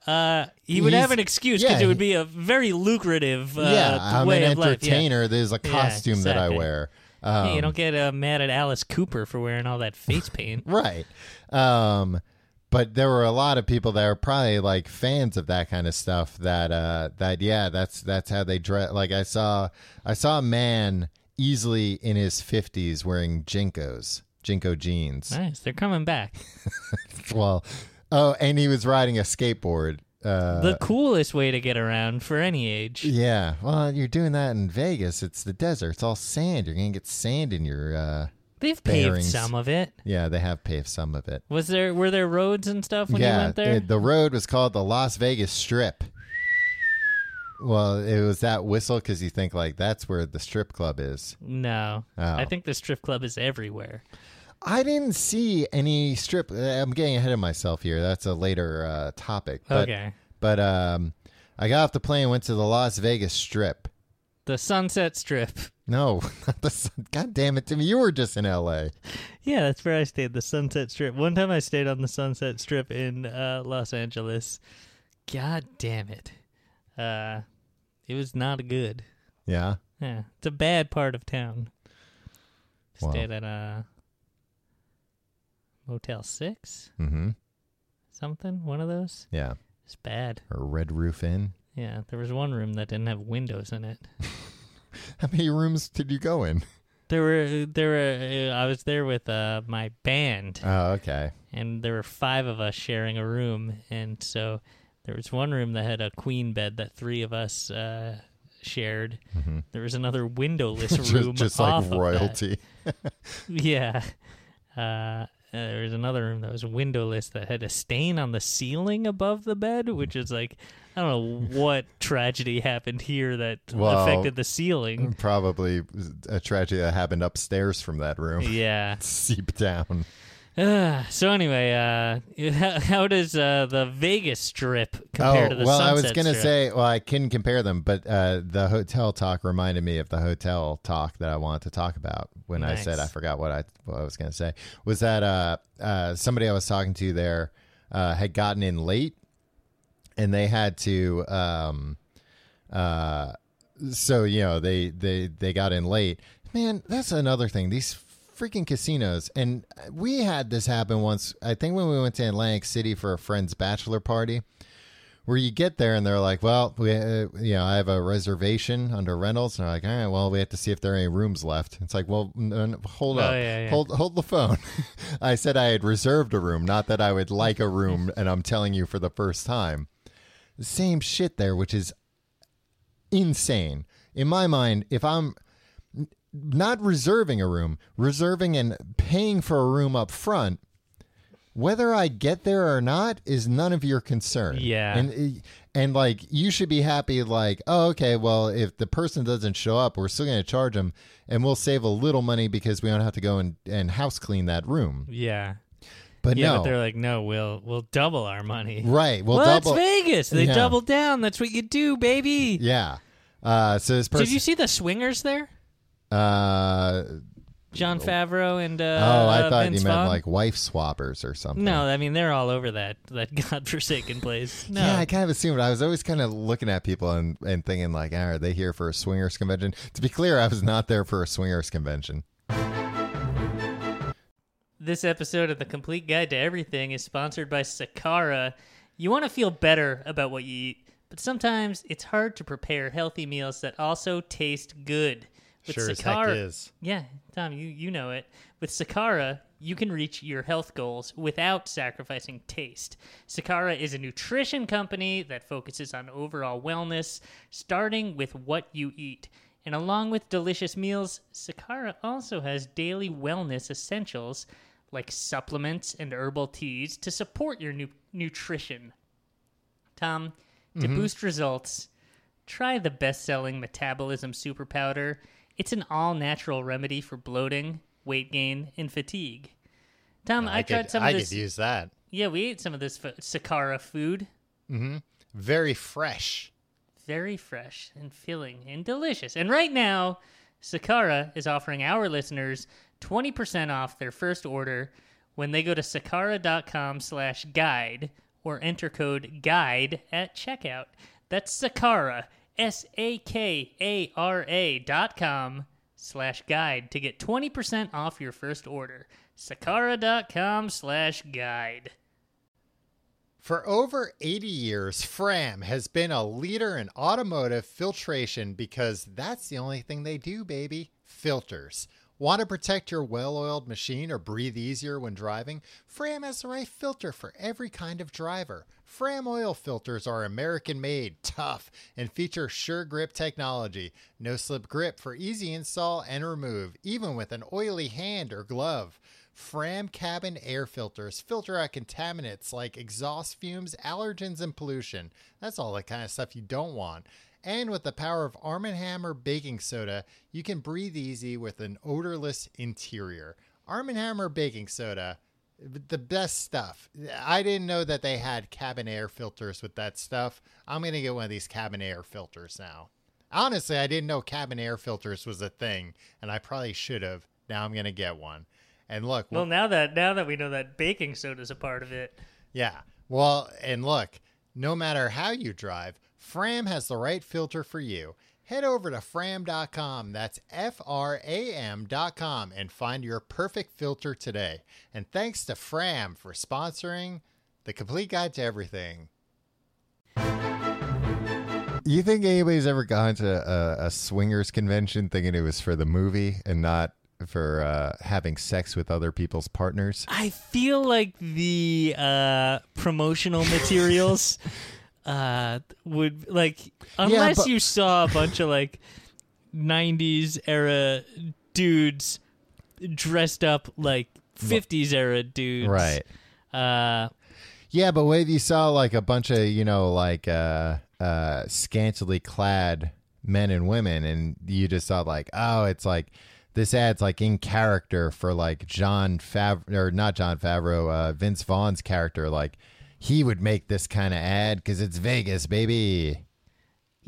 S3: uh, he would have
S2: He's-
S3: an excuse because
S2: yeah,
S3: it would
S2: he-
S3: be a very lucrative uh,
S2: yeah, I'm
S3: way
S2: an
S3: of life. Yeah.
S2: entertainer. There's a costume that I
S3: exactly.
S2: wear. Um,
S3: Hey, you don't get uh, mad at Alice Cooper for wearing all that face paint.
S2: right um but there were a lot of people that are probably like fans of that kind of stuff that uh that yeah that's that's how they dress like i saw i saw a man easily in his 50s wearing jinkos jinko jeans
S3: nice, they're coming back.
S2: well oh and he was riding a skateboard uh
S3: the coolest way to get around for any age.
S2: yeah well you're doing that in vegas it's the desert it's all sand you're gonna get sand in your uh
S3: They've paved
S2: Bearings.
S3: some of it.
S2: yeah they have paved some of it
S3: Was there were there roads and stuff when you
S2: yeah,
S3: went there?
S2: it- the road was called the Las Vegas Strip. Well, it was that whistle because you think like that's where the strip club is.
S3: no,
S2: Oh.
S3: I think the strip club is everywhere.
S2: I didn't see any strip. uh, I'm getting ahead of myself here. That's a later uh, topic. But,
S3: okay,
S2: But um, I got off the plane, went to the Las Vegas Strip.
S3: the Sunset Strip.
S2: No, not the. sun- God damn it, Timmy! You were just in L.A.
S3: Yeah, that's where I stayed, the Sunset Strip. One time I stayed on the Sunset Strip in uh, Los Angeles. God damn it. Uh, it was not good.
S2: Yeah.
S3: Yeah, it's a bad part of town.
S2: Wow.
S3: Stayed at a Motel 6,
S2: Mm-hmm.
S3: something, one of those.
S2: Yeah.
S3: It's bad.
S2: Or Red Roof Inn.
S3: Yeah, there was one room that didn't have windows in it.
S2: How many rooms did you go in?
S3: There were, there were, I was there with uh, my band.
S2: Oh, okay.
S3: and there were five of us sharing a room, and so there was one room that had a queen bed that three of us uh, shared. There was another windowless
S2: mm-hmm. just
S3: room,
S2: just like
S3: off of that.
S2: royalty.
S3: Yeah, uh, there was another room that was windowless that had a stain on the ceiling above the bed, which is like I don't know what tragedy happened here that
S2: Well,
S3: affected the ceiling.
S2: Probably a tragedy that happened upstairs from that room.
S3: Yeah.
S2: Seep down.
S3: Ugh, so anyway, uh, how, how does uh, the Vegas Strip compare to the
S2: Oh, well, I was
S3: Sunset
S2: gonna
S3: Strip?
S2: say, well, I can compare them, but uh, the hotel talk reminded me of the hotel talk that I wanted to talk about when I said
S3: Nice.
S2: I forgot what I what I was gonna say was that uh, uh, somebody I was talking to there uh, had gotten in late, and they had to. Um, uh, so you know they they they got in late man that's another thing these freaking casinos and we had this happen once i think when we went to atlantic city for a friend's bachelor party where you get there and they're like well we uh, you know i have a reservation under reynolds and they're like all right well we have to see if there are any rooms left it's like well n- n- hold
S3: Oh,
S2: up
S3: yeah, yeah.
S2: hold hold the phone i said i had reserved a room not that i would like a room and i'm telling you for the first time the same shit there which is insane. In my mind, if I'm n- not reserving a room, reserving and paying for a room up front, whether I get there or not is none of your concern.
S3: Yeah.
S2: And and like you should be happy like, "Oh, okay, well, if the person doesn't show up, we're still going to charge them and we'll save a little money because we don't have to go and, and house clean that room."
S3: yeah,
S2: But
S3: yeah,
S2: Uh, no.
S3: but they're like, no, we'll we'll double our money.
S2: right. Well,
S3: well,
S2: double
S3: that's Vegas. They
S2: Yeah.
S3: double down. That's what you do, baby.
S2: Yeah. Uh so this person
S3: Did you see the swingers there?
S2: uh
S3: John Favreau and uh,
S2: Oh, I
S3: uh,
S2: thought
S3: Vince
S2: you meant
S3: Vaughn?
S2: like wife swappers or something.
S3: No, I mean they're all over that that godforsaken place. No,
S2: Yeah, I kind of assumed. I was always kind of looking at people and, and thinking like, "Ah, are they here for a swingers convention? To be clear, I was not there for a swingers convention.
S3: This episode of The Complete Guide to Everything is sponsored by Sakara. You want to feel better about what you eat, but sometimes it's hard to prepare healthy meals that also taste good. With Sakara, Yeah, Tom, you, you know it. With Sakara, you can reach your health goals without sacrificing taste. Sakara is a nutrition company that focuses on overall wellness, starting with what you eat. And along with delicious meals, Sakara also has daily wellness essentials like supplements and herbal teas to support your nu- nutrition. Tom, to boost results, try the best selling metabolism super powder. It's an all natural remedy for bloating, weight gain, and fatigue. Tom, Um, I, tried some of this.
S2: use that.
S3: yeah, we ate some of this f- Sakara food.
S2: Very fresh.
S3: Very fresh and filling and delicious. And right now, Sakara is offering our listeners 20% off their first order when they go to sakara.com slash guide or enter code guide at checkout. That's Sakara, S-A-K-A-R-A dot com slash guide to get 20% off your first order. Sakara.com slash guide.
S2: For over 80 years, Fram has been a leader in automotive filtration because that's the only thing they do, baby. Filters. Want to protect your well oiled machine or breathe easier when driving? Fram has the right filter for every kind of driver. Fram oil filters are American made, tough, and feature sure grip technology. No slip grip for easy install and remove, even with an oily hand or glove. Fram cabin air filters filter out contaminants like exhaust fumes, allergens, and pollution. That's all the kind of stuff you don't want. And with the power of Arm & Hammer baking soda, you can breathe easy with an odorless interior. Arm & Hammer baking soda, the best stuff. I didn't know that they had cabin air filters with that stuff. I'm going to get one of these cabin air filters now. Honestly, I didn't know cabin air filters was a thing, and I probably should have. Now I'm going to get one. And look,
S3: Well, now that now that we know that baking soda's a part of it,
S2: yeah. Well, and look, no matter how you drive, Fram has the right filter for you. Head over to fram.com, that's F R A M.com, and find your perfect filter today. And thanks to Fram for sponsoring the complete guide to everything. You think anybody's ever gone to a, a swingers convention thinking it was for the movie and not for uh, having sex with other people's partners?
S3: I feel like the uh, promotional materials uh, would like unless
S2: but-
S3: you saw a bunch of like '90s era dudes dressed up like '50s era dudes,
S2: Right.
S3: Uh,
S2: Yeah, but what if you saw like a bunch of you know like uh, uh, scantily clad men and women, and you just saw like, oh, it's like this ad's like in character for like John Favreau or not John Favreau, uh, Vince Vaughn's character. Like he would make this kind of ad because it's Vegas, baby.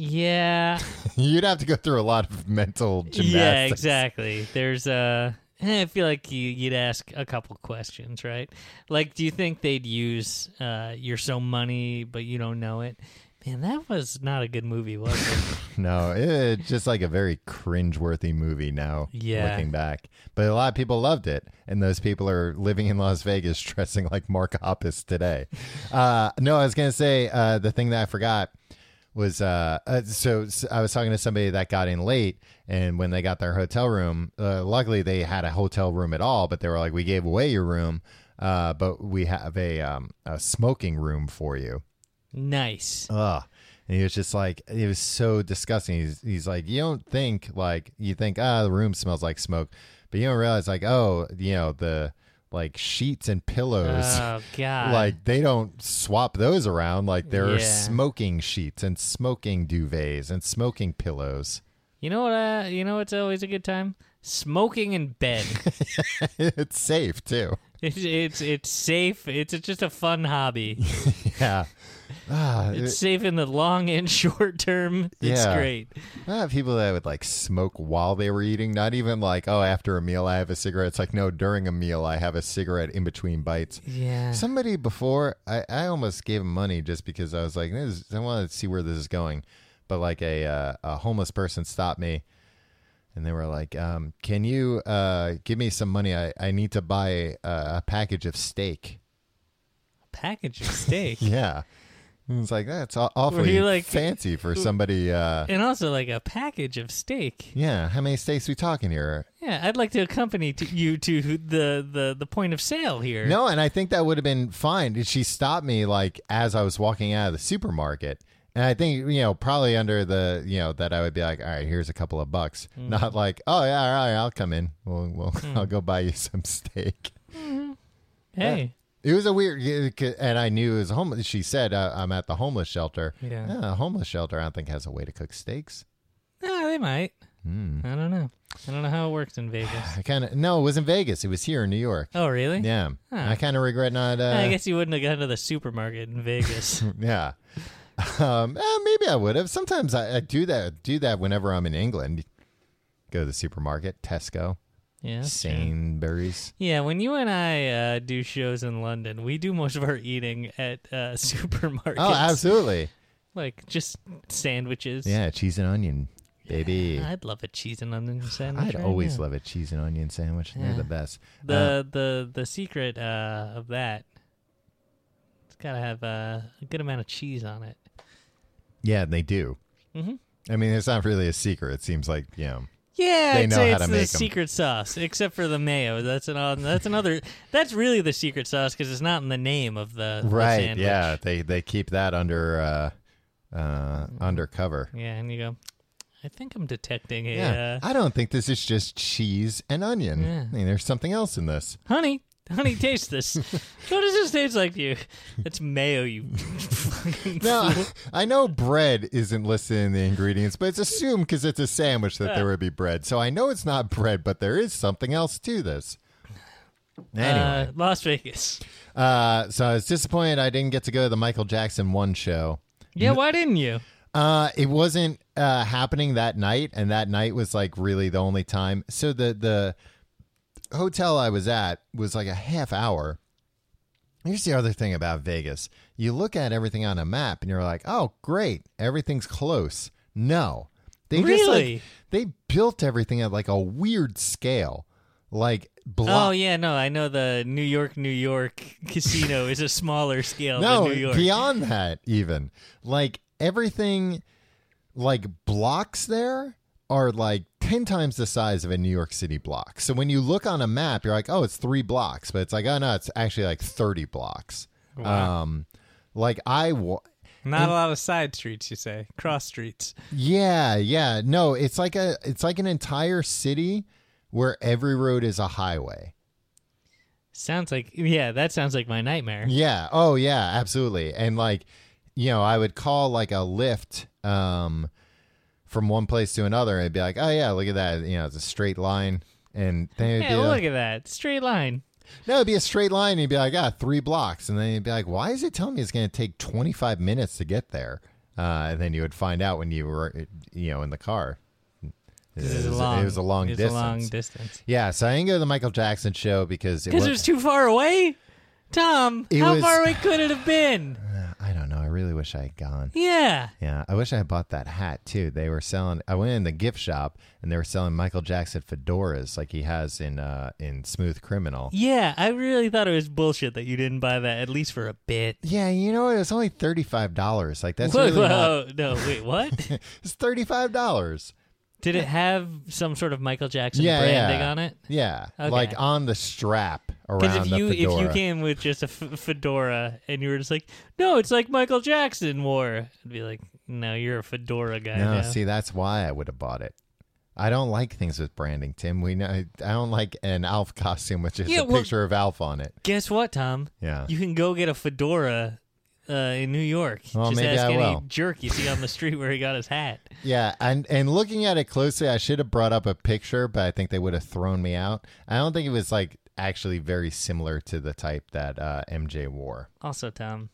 S3: Yeah.
S2: You'd have to go through a lot of mental gymnastics.
S3: Yeah, exactly. There's uh, I feel like you, you'd ask a couple questions, right? Like, do you think they'd use uh, "You're so money, but you don't know it"? Man, that was not a good movie, was it?
S2: No, it's just like a very cringeworthy movie now.
S3: Yeah.
S2: looking back, but a lot of people loved it, and those people are living in Las Vegas dressing like Mark Hoppus today. Uh, no, I was gonna say uh, the thing that I forgot was uh, uh so, so I was talking to somebody that got in late, and when they got their hotel room, uh, luckily they had a hotel room at all, but they were like, "We gave away your room, uh, but we have a um, a smoking room for you."
S3: nice.
S2: Ugh. And he was just like, it was so disgusting. He's, he's like, you don't think like you think ah the room smells like smoke, but you don't realize like oh you know the like sheets and pillows
S3: Oh God.
S2: like they don't swap those around. Like there are
S3: Yeah.
S2: smoking sheets and smoking duvets and smoking pillows.
S3: you know what? Uh, you know what's always a good time? Smoking in bed.
S2: it's safe too.
S3: it's, it's it's safe. It's just a fun hobby.
S2: Yeah. Ah,
S3: It's safe in the long and short term. It's
S2: Yeah.
S3: great.
S2: I have ah, people that would like smoke while they were eating, not even like, oh, after a meal I have a cigarette. It's like, no, during a meal I have a cigarette in between bites.
S3: Yeah.
S2: Somebody before, I, I almost gave him money just because I was like, this is, I want to see where this is going. But like a, uh, a homeless person stopped me and they were like, um, can you uh, give me some money? I, I need to buy a, a package of steak.
S3: Package of steak.
S2: Yeah. And It's like that's aw- awfully
S3: you like-
S2: fancy for somebody. Uh,
S3: And also like a package of steak.
S2: yeah, how many steaks we talking here?
S3: Yeah, I'd like to accompany to you to the, the, the point of sale here.
S2: No, and I think that would have been fine. Did She stopped me like as I was walking out of the supermarket. And I think, you know, probably under the, you know, that I would be like, all right, here's a couple of bucks.
S3: Hmm.
S2: Not like, oh, yeah, all right, I'll come in. We'll, we'll, I'll go buy you some steak.
S3: Hey,
S2: It was a weird, and I knew it was homeless. She said, uh, I'm at the homeless shelter.
S3: Yeah.
S2: a homeless shelter, I don't think, has a way to cook steaks.
S3: no, they might.
S2: Hmm.
S3: I don't know. I don't know how it works in Vegas.
S2: I kind of, no, it was in Vegas. It was here in New York.
S3: Oh, really?
S2: Yeah. I kind of regret not. Uh,
S3: I guess you wouldn't have gone to the supermarket in Vegas.
S2: Yeah. Um, eh, maybe I would have. Sometimes I, I do that. Do that whenever I'm in England. Go to the supermarket, Tesco,
S3: yeah. that's true.
S2: Sainsbury's.
S3: Yeah, when you and I uh, do shows in London, we do most of our eating at uh, supermarkets.
S2: Oh, absolutely.
S3: Like just sandwiches.
S2: Yeah, cheese and onion, baby.
S3: I'd love a cheese and onion sandwich.
S2: I'd
S3: right
S2: always
S3: now.
S2: love a cheese and onion sandwich. They're the best. Uh,
S3: the the the secret uh, of that. It's gotta have uh, a good amount of cheese on it. Mm-hmm.
S2: yeah, they do. I mean, it's not really a secret. It seems like you know.
S3: Yeah,
S2: They
S3: I'd
S2: know
S3: say
S2: how
S3: it's
S2: to
S3: the
S2: make 'em.
S3: secret sauce, except for the mayo. That's an uh, that's another. That's really the secret sauce because it's not in the name of the the
S2: Right?
S3: sandwich.
S2: Yeah, they they keep that under uh, uh, undercover.
S3: yeah, and you go. I think I'm detecting a
S2: Yeah.
S3: uh,
S2: I don't think this is just cheese and onion.
S3: Yeah.
S2: I mean, there's something else in this.
S3: honey. Honey, taste this. what does this taste like to you? It's mayo, you fucking
S2: No, I I know bread isn't listed in the ingredients, but it's assumed because it's a sandwich that there would be bread. So I know it's not bread, but there is something else to this. Anyway,
S3: uh, Las Vegas.
S2: uh, so I was disappointed I didn't get to go to the Michael Jackson one show.
S3: Yeah, why didn't you?
S2: Uh, it wasn't uh, happening that night, and that night was like really the only time. So the the hotel I was at was like a half hour. Here's the other thing about Vegas: you look at everything on a map, and you're like, "Oh, great, everything's close." No, they just like
S3: Really?
S2: they built everything at like a weird scale, like block.
S3: Oh yeah, no, I know the New York, New York casino is a smaller scale
S2: no,
S3: than New York.
S2: beyond that, even like everything, like blocks there are like 10 times the size of a New York City block. So when you look on a map, you're like, oh, it's three blocks, but it's like, oh, no, it's actually like 30 blocks. Um, like I, wa-
S3: Not a lot of side streets, you say. Cross streets.
S2: yeah, yeah, no, it's like a, it's like an entire city where every road is a highway.
S3: Sounds like yeah, that sounds like my nightmare.
S2: Yeah. Oh, yeah. Absolutely. And like, you know, I would call like a lift um, from one place to another, and it'd be like, oh yeah, look at that. You know, it's a straight line. and then it'd
S3: Yeah,
S2: be like,
S3: look at that straight line.
S2: no, it'd be a straight line. And you'd be like, ah, three blocks. And then you'd be like, why is it telling me it's going to take 25 minutes to get there? Uh, and then you would find out when you were, uh, you know, in the car. It
S3: This
S2: was,
S3: is long.
S2: it was a long
S3: it's
S2: distance.
S3: A long distance.
S2: yeah, so I didn't go to the Michael Jackson show because it
S3: Because
S2: was,
S3: it was too far away. Tom,
S2: It
S3: how
S2: was-
S3: far away could it have been?
S2: I don't know. I really wish I had gone.
S3: Yeah.
S2: Yeah, I wish I had bought that hat too. They were selling. I went in the gift shop and they were selling Michael Jackson fedoras like he has in uh, in Smooth Criminal.
S3: Yeah, I really thought it was bullshit that you didn't buy that, at least for a bit.
S2: Yeah, you know what? It was only thirty five dollars. Like that's
S3: Whoa,
S2: really not-
S3: whoa, no, wait, what?
S2: it's thirty five dollars.
S3: Did it have some sort of Michael Jackson
S2: Yeah,
S3: branding
S2: yeah.
S3: on it?
S2: Yeah,
S3: Okay.
S2: like on the strap
S3: Because
S2: around
S3: if
S2: the
S3: you if
S2: fedora.
S3: you came with just a f- fedora and you were just like, no, it's like Michael Jackson wore, I'd be like, no, you're a fedora guy.
S2: no,
S3: now.
S2: see, that's why I would have bought it. I don't like things with branding, Tim. We know I don't like an Alf costume with just
S3: Yeah,
S2: a
S3: well-
S2: picture of Alf on it.
S3: Guess what, Tom?
S2: Yeah.
S3: You can go get a fedora uh, in New York.
S2: Well,
S3: just
S2: maybe
S3: ask
S2: I
S3: any
S2: will.
S3: jerk you see on the street where he got his hat.
S2: Yeah, and and looking at it closely, I should have brought up a picture, but I think they would have thrown me out. I don't think it was like actually very similar to the type that uh, MJ wore.
S3: Also, Tom,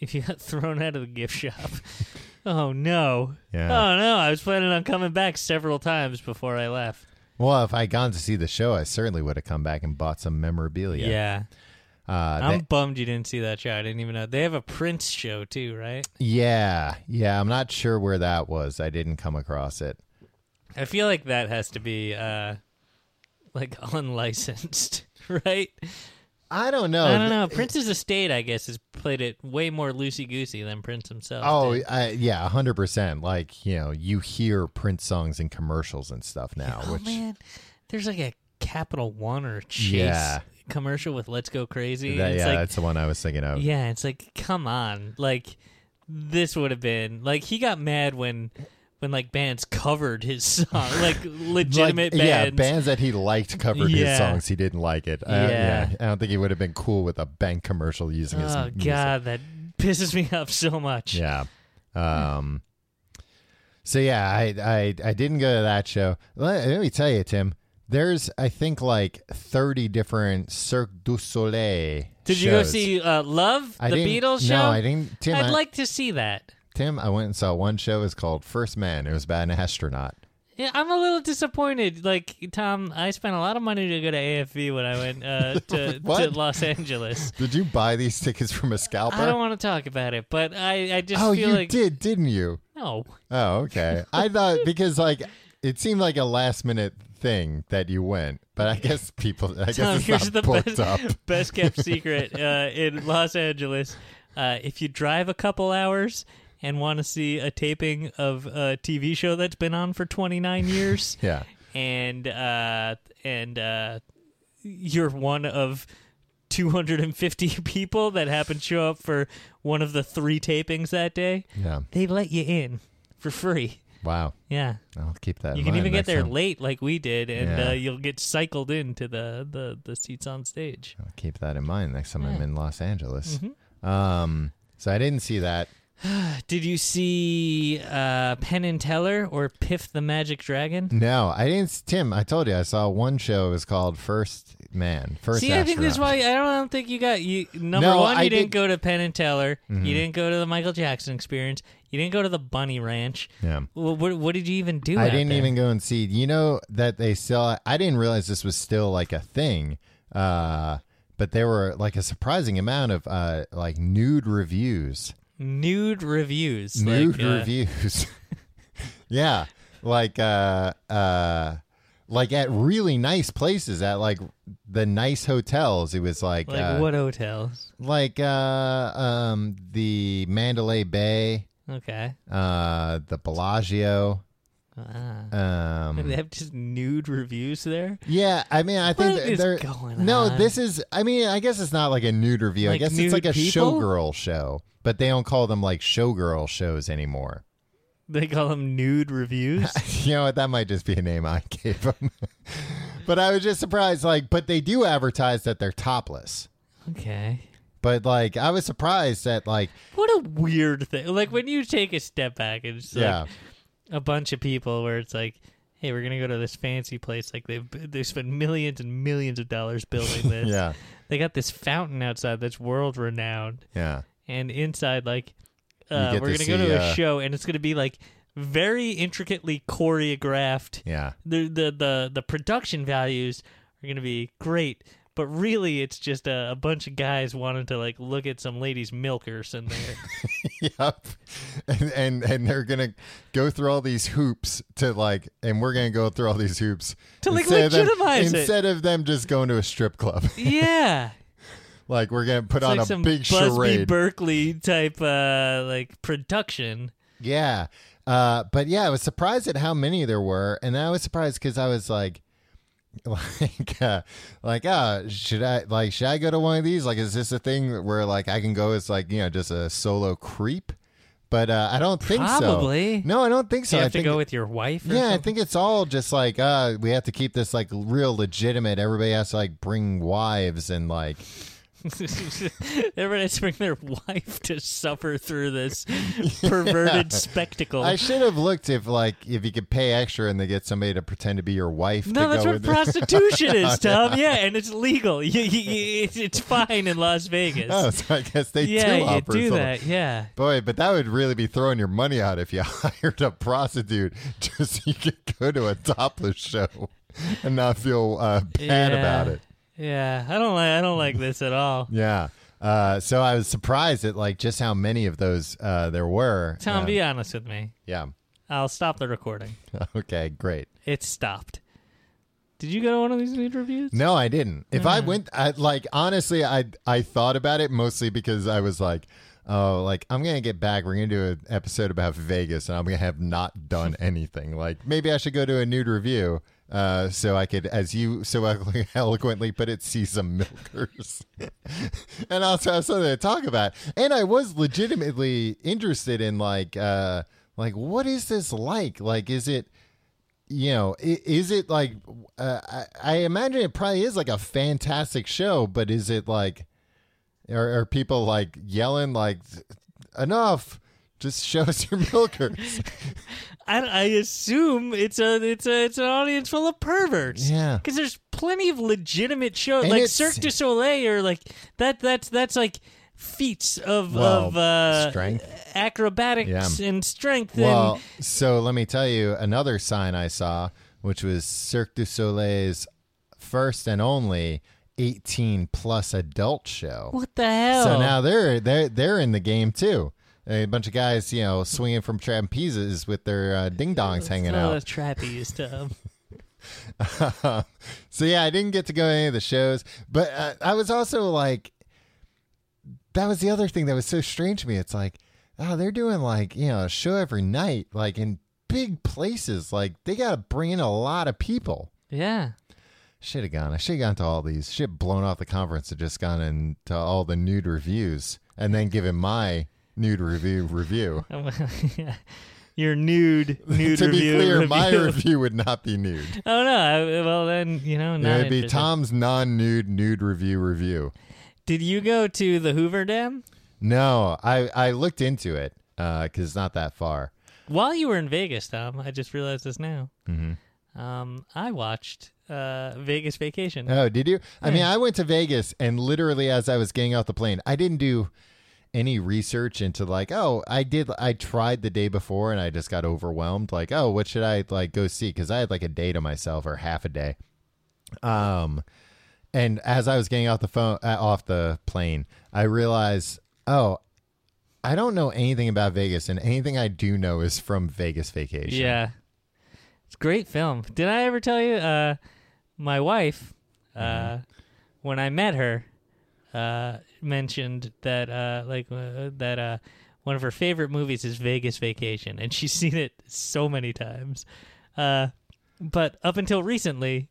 S3: if you got thrown out of the gift shop, oh no.
S2: Yeah.
S3: Oh no, I was planning on coming back several times before I left.
S2: well, if I had gone to see the show, I certainly would have come back and bought some memorabilia. Uh,
S3: I'm
S2: they-
S3: bummed you didn't see that show. I didn't even know. They have a Prince show too, right?
S2: yeah. Yeah. I'm not sure where that was. I didn't come across it.
S3: I feel like that has to be uh like unlicensed, right?
S2: I don't know.
S3: I don't know. Prince's estate, I guess, has played it way more loosey goosey than Prince himself.
S2: Oh,
S3: did.
S2: I, yeah, hundred percent. Like you know, you hear Prince songs in commercials and stuff now.
S3: oh
S2: which
S3: man, there's like a Capital One or Chase
S2: Yeah.
S3: commercial with "Let's Go Crazy."
S2: that-
S3: and it's
S2: yeah,
S3: like,
S2: that's the one I was thinking of.
S3: Yeah, it's like, come on, like this would have been like he got mad when when like bands covered his song, like legitimate
S2: like, Yeah,
S3: bands.
S2: bands that he liked covered
S3: Yeah.
S2: his songs. He didn't like it. I-
S3: Yeah.
S2: I don't think he would have been cool with a bank commercial using his
S3: Oh
S2: music.
S3: god, that pisses me off so much.
S2: Yeah. Um. So yeah, I I I didn't go to that show. Let, let me tell you, Tim. There's I think like 30 different Cirque du Soleil.
S3: Did you go
S2: shows.
S3: see uh, Love,
S2: I
S3: the
S2: didn't-
S3: Beatles show?
S2: No, I didn't. Tim,
S3: would
S2: I,
S3: like to see that.
S2: Tim, I went and saw one show. It was called First Man. It was about an astronaut.
S3: Yeah, I'm a little disappointed. Like Tom, I spent a lot of money to go to AFV when I went uh, to, to
S2: What?
S3: Los Angeles.
S2: Did you buy these tickets from a scalper?
S3: I don't want to talk about it, but I, I just
S2: oh,
S3: feel
S2: you
S3: like
S2: did, didn't you?
S3: no.
S2: Oh, okay. I thought because like it seemed like a last minute thing that you went, but I guess people. I guess
S3: Tom,
S2: it's not
S3: here's the
S2: booked
S3: best,
S2: up.
S3: best kept secret uh, in Los Angeles. Uh, if you drive a couple hours and want to see a taping of a TV show that's been on for 29 years,
S2: Yeah,
S3: and uh, and uh, you're one of 250 people that happen to show up for one of the three tapings that day,
S2: yeah.
S3: they let you in for free.
S2: Wow.
S3: Yeah,
S2: I'll keep that. in
S3: you can
S2: mind
S3: even get
S2: next
S3: there
S2: time.
S3: late, like we did, and
S2: Yeah.
S3: uh, you'll get cycled into the, the, the seats on stage.
S2: I'll keep that in mind next time I'm
S3: Yeah. Mm-hmm.
S2: in Los Angeles. Um. So I didn't see that.
S3: Did you see uh, Penn and Teller or Piff the Magic Dragon?
S2: No, I didn't. s- Tim, I told you I saw one show. It was called First Man. First.
S3: See, I think that's why
S2: Astronaut.
S3: I don't, I don't think you got you. Number
S2: No,
S3: one, you
S2: I Mm-hmm.
S3: didn't
S2: did-
S3: go to Penn and Teller. You didn't go to the Michael Jackson Experience. You didn't go to the Bunny Ranch.
S2: Yeah.
S3: Well, what, what did you even do?
S2: I
S3: out
S2: didn't
S3: there?
S2: even go and see. You know that they sell. I didn't realize this was still like a thing. Uh, but there were like a surprising amount of uh, like nude reviews.
S3: nude reviews.
S2: Nude
S3: like, uh,
S2: reviews. yeah, like uh, uh, like at really nice places at like the nice hotels. It was like
S3: Like
S2: uh,
S3: what hotels?
S2: like uh, um, the Mandalay Bay,
S3: Okay.
S2: uh, the Bellagio.
S3: Ah.
S2: Um,
S3: they have just nude reviews there.
S2: Yeah, I mean, I think
S3: What
S2: they're,
S3: is
S2: they're-
S3: going
S2: no.
S3: on?
S2: This is, I mean, I guess it's not like a nude review. I
S3: Like
S2: guess
S3: nude
S2: it's like a
S3: people?
S2: showgirl show, but they don't call them like showgirl shows anymore.
S3: They call them nude reviews.
S2: you know what? That might just be a name I gave them. but I was just surprised. Like, but they do advertise that they're topless.
S3: okay.
S2: But like, I was surprised that like,
S3: What a weird thing. Like when you take a step back and it's like,
S2: yeah,
S3: a bunch of people where it's like, hey, we're gonna go to this fancy place. Like they've they spent millions and millions of dollars building this.
S2: Yeah.
S3: They got this fountain outside that's world renowned,
S2: Yeah.
S3: and inside, like, uh,
S2: get
S3: we're gonna
S2: to
S3: go to
S2: see,
S3: a
S2: uh,
S3: show, and it's gonna be like very intricately choreographed.
S2: Yeah.
S3: The the the the production values are gonna be great. But really, it's just a, a bunch of guys wanting to like look at some lady's milkers in there.
S2: yep. And, and and they're gonna go through all these hoops to like, and we're gonna go through all these hoops
S3: To, like,
S2: instead of them-
S3: legitimize it.
S2: instead of them just going to a strip club.
S3: yeah,
S2: like we're gonna put
S3: it's
S2: on
S3: like
S2: a
S3: some
S2: big
S3: Busby
S2: charade.
S3: Berkeley type uh, like production.
S2: yeah. Uh, but yeah, I was surprised at how many there were, and I was surprised because I was like. Like, uh, like, uh, should I like should I go to one of these? Like, is this a thing where like I can go as like you know just a solo creep? But uh, I don't think
S3: Probably.
S2: so. No, I don't think
S3: Do
S2: so.
S3: you
S2: I
S3: have to
S2: think
S3: go with your wife. Or
S2: yeah, I
S3: something?
S2: think it's all just like uh, we have to keep this like real legitimate. Everybody has to like bring wives and like
S3: Everyone has to bring their wife to suffer through this perverted spectacle.
S2: I should have looked if like if you could pay extra and they get somebody to pretend to be your wife.
S3: no,
S2: to
S3: that's
S2: go
S3: what
S2: with
S3: prostitution is, Tom. Yeah, and it's legal. You, you, you, it's, it's fine in Las Vegas.
S2: It. Oh, so I guess they do
S3: yeah, you
S2: offer
S3: do
S2: some-
S3: that. Yeah.
S2: Boy, but that would really be throwing your money out if you hired a prostitute just so you could go to a topless show and not feel uh, bad
S3: yeah.
S2: about it.
S3: Yeah, I don't like. I don't like this at all.
S2: Yeah. Uh, so I was surprised at like just how many of those uh, there were.
S3: Tom,
S2: Um,
S3: be honest with me.
S2: yeah.
S3: I'll stop the recording.
S2: Okay, great.
S3: It stopped. Did you go to one of these nude reviews?
S2: No, I didn't. If I went, I, like honestly, I I thought about it mostly because I was like, oh, like I'm gonna get back. We're gonna do an episode about Vegas, and I'm gonna have not done anything. like maybe I should go to a nude review, uh, so I could, as you so elo- eloquently put it, see some milkers, and also have something to talk about. And I was legitimately interested in like, uh, like what is this like? Like, is it? you know, i- is it like uh, I, I imagine it probably is like a fantastic show, but is it like are, are people like yelling like enough? Just show us your milkers.
S3: I, I assume it's a it's a it's an audience full of perverts.
S2: Yeah.
S3: because there's plenty of legitimate shows
S2: And
S3: like
S2: it's-
S3: Cirque du Soleil or like that. That's that's like feats of
S2: Well,
S3: of uh,
S2: strength.
S3: acrobatics,
S2: Yeah.
S3: and strength.
S2: well, so let me tell you another sign I saw, which was Cirque du Soleil's first and only 18 plus adult show.
S3: and what the hell?
S2: So now they're they're they're in the game too. A bunch of guys, you know, swinging from trapezes with their uh, ding dongs hanging
S3: oh,
S2: out.
S3: trapeze, Tom.
S2: Um, so yeah, I didn't get to go to any of the shows, but uh, I was also like, that was the other thing that was so strange to me. It's like, oh, they're doing like you know a show every night, like in big places. Like they got to bring in a lot of people.
S3: yeah,
S2: Should have gone. I should have gone to all these. Should have blown off the conference and just gone into all the nude reviews and then given my nude review review.
S3: Oh, your nude nude
S2: to
S3: review.
S2: be clear, my
S3: review.
S2: review would not be nude.
S3: oh no! I, well then, you know,
S2: It
S3: not
S2: would be
S3: interested.
S2: Tom's non-nude nude review review.
S3: Did you go to the Hoover Dam?
S2: No, I I looked into it because it's not that far.
S3: While you were in Vegas, Tom, I just realized this now. Mm-hmm. Um, I watched uh, Vegas Vacation.
S2: Oh, did you? I mean, I went to Vegas and literally as I was getting off the plane, I didn't do any research into like, oh, I did. I tried the day before and I just got overwhelmed. Like, oh, what should I like go see? Because I had like a day to myself or half a day. Um, and as I was getting off the phone, uh, off the plane, I realized, oh. I don't know anything about Vegas, and anything I do know is from Vegas Vacation.
S3: yeah, it's a great film. Did I ever tell you? Uh, my wife, uh, when I met her, uh, mentioned that uh, like uh, that uh, one of her favorite movies is Vegas Vacation, and she's seen it so many times. Uh, but up until recently,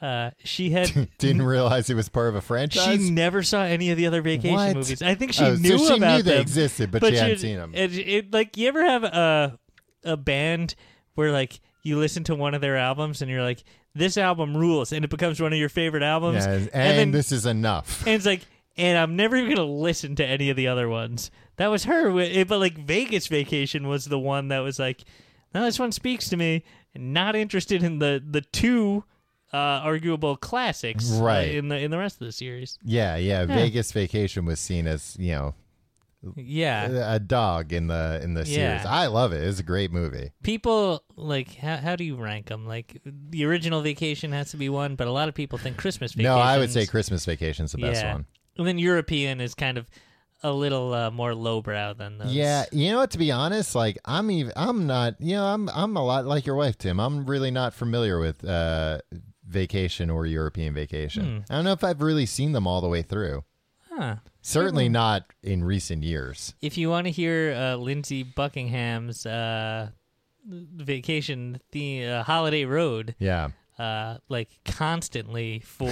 S3: uh, she had
S2: Didn't realize it was part of a franchise.
S3: She never saw any of the other vacation
S2: What?
S3: movies. I think she
S2: Oh, so
S3: knew
S2: she
S3: about
S2: knew they
S3: them,
S2: existed, but she hadn't
S3: she-
S2: seen 'em.
S3: It, it- like you ever have a a band where like you listen to one of their albums and you're like, this album rules, and it becomes one of your favorite albums,
S2: Yeah, and,
S3: then
S2: this is enough.
S3: and it's like, and I'm never even gonna listen to any of the other ones. That was her, wi- it- but like Vegas Vacation was the one that was like, no, this one speaks to me, not interested in the the two uh, arguable classics uh,
S2: Right.
S3: in the in the rest of the series.
S2: Yeah, yeah. Vegas Vacation was seen as you know
S3: Yeah,
S2: a dog in the in the
S3: Yeah.
S2: series. I love it. It's a great movie.
S3: people like how, how do you rank them? Like the original Vacation has to be one, but a lot of people think Christmas Vacation.
S2: No, I would say Christmas Vacation's the best one.
S3: And then European is kind of a little uh, more lowbrow than those.
S2: Yeah, you know what? To be honest, like I'm even I'm not. You know, I'm I'm a lot like your wife, Tim. I'm really not familiar with uh, Vacation or European Vacation.
S3: Hmm.
S2: I don't know if I've really seen them all the way through.
S3: Huh. Hmm.
S2: Certainly not in recent years.
S3: If you want to hear uh, Lindsay Buckingham's uh, vacation, the uh, Holiday Road,
S2: Yeah.
S3: uh, like constantly for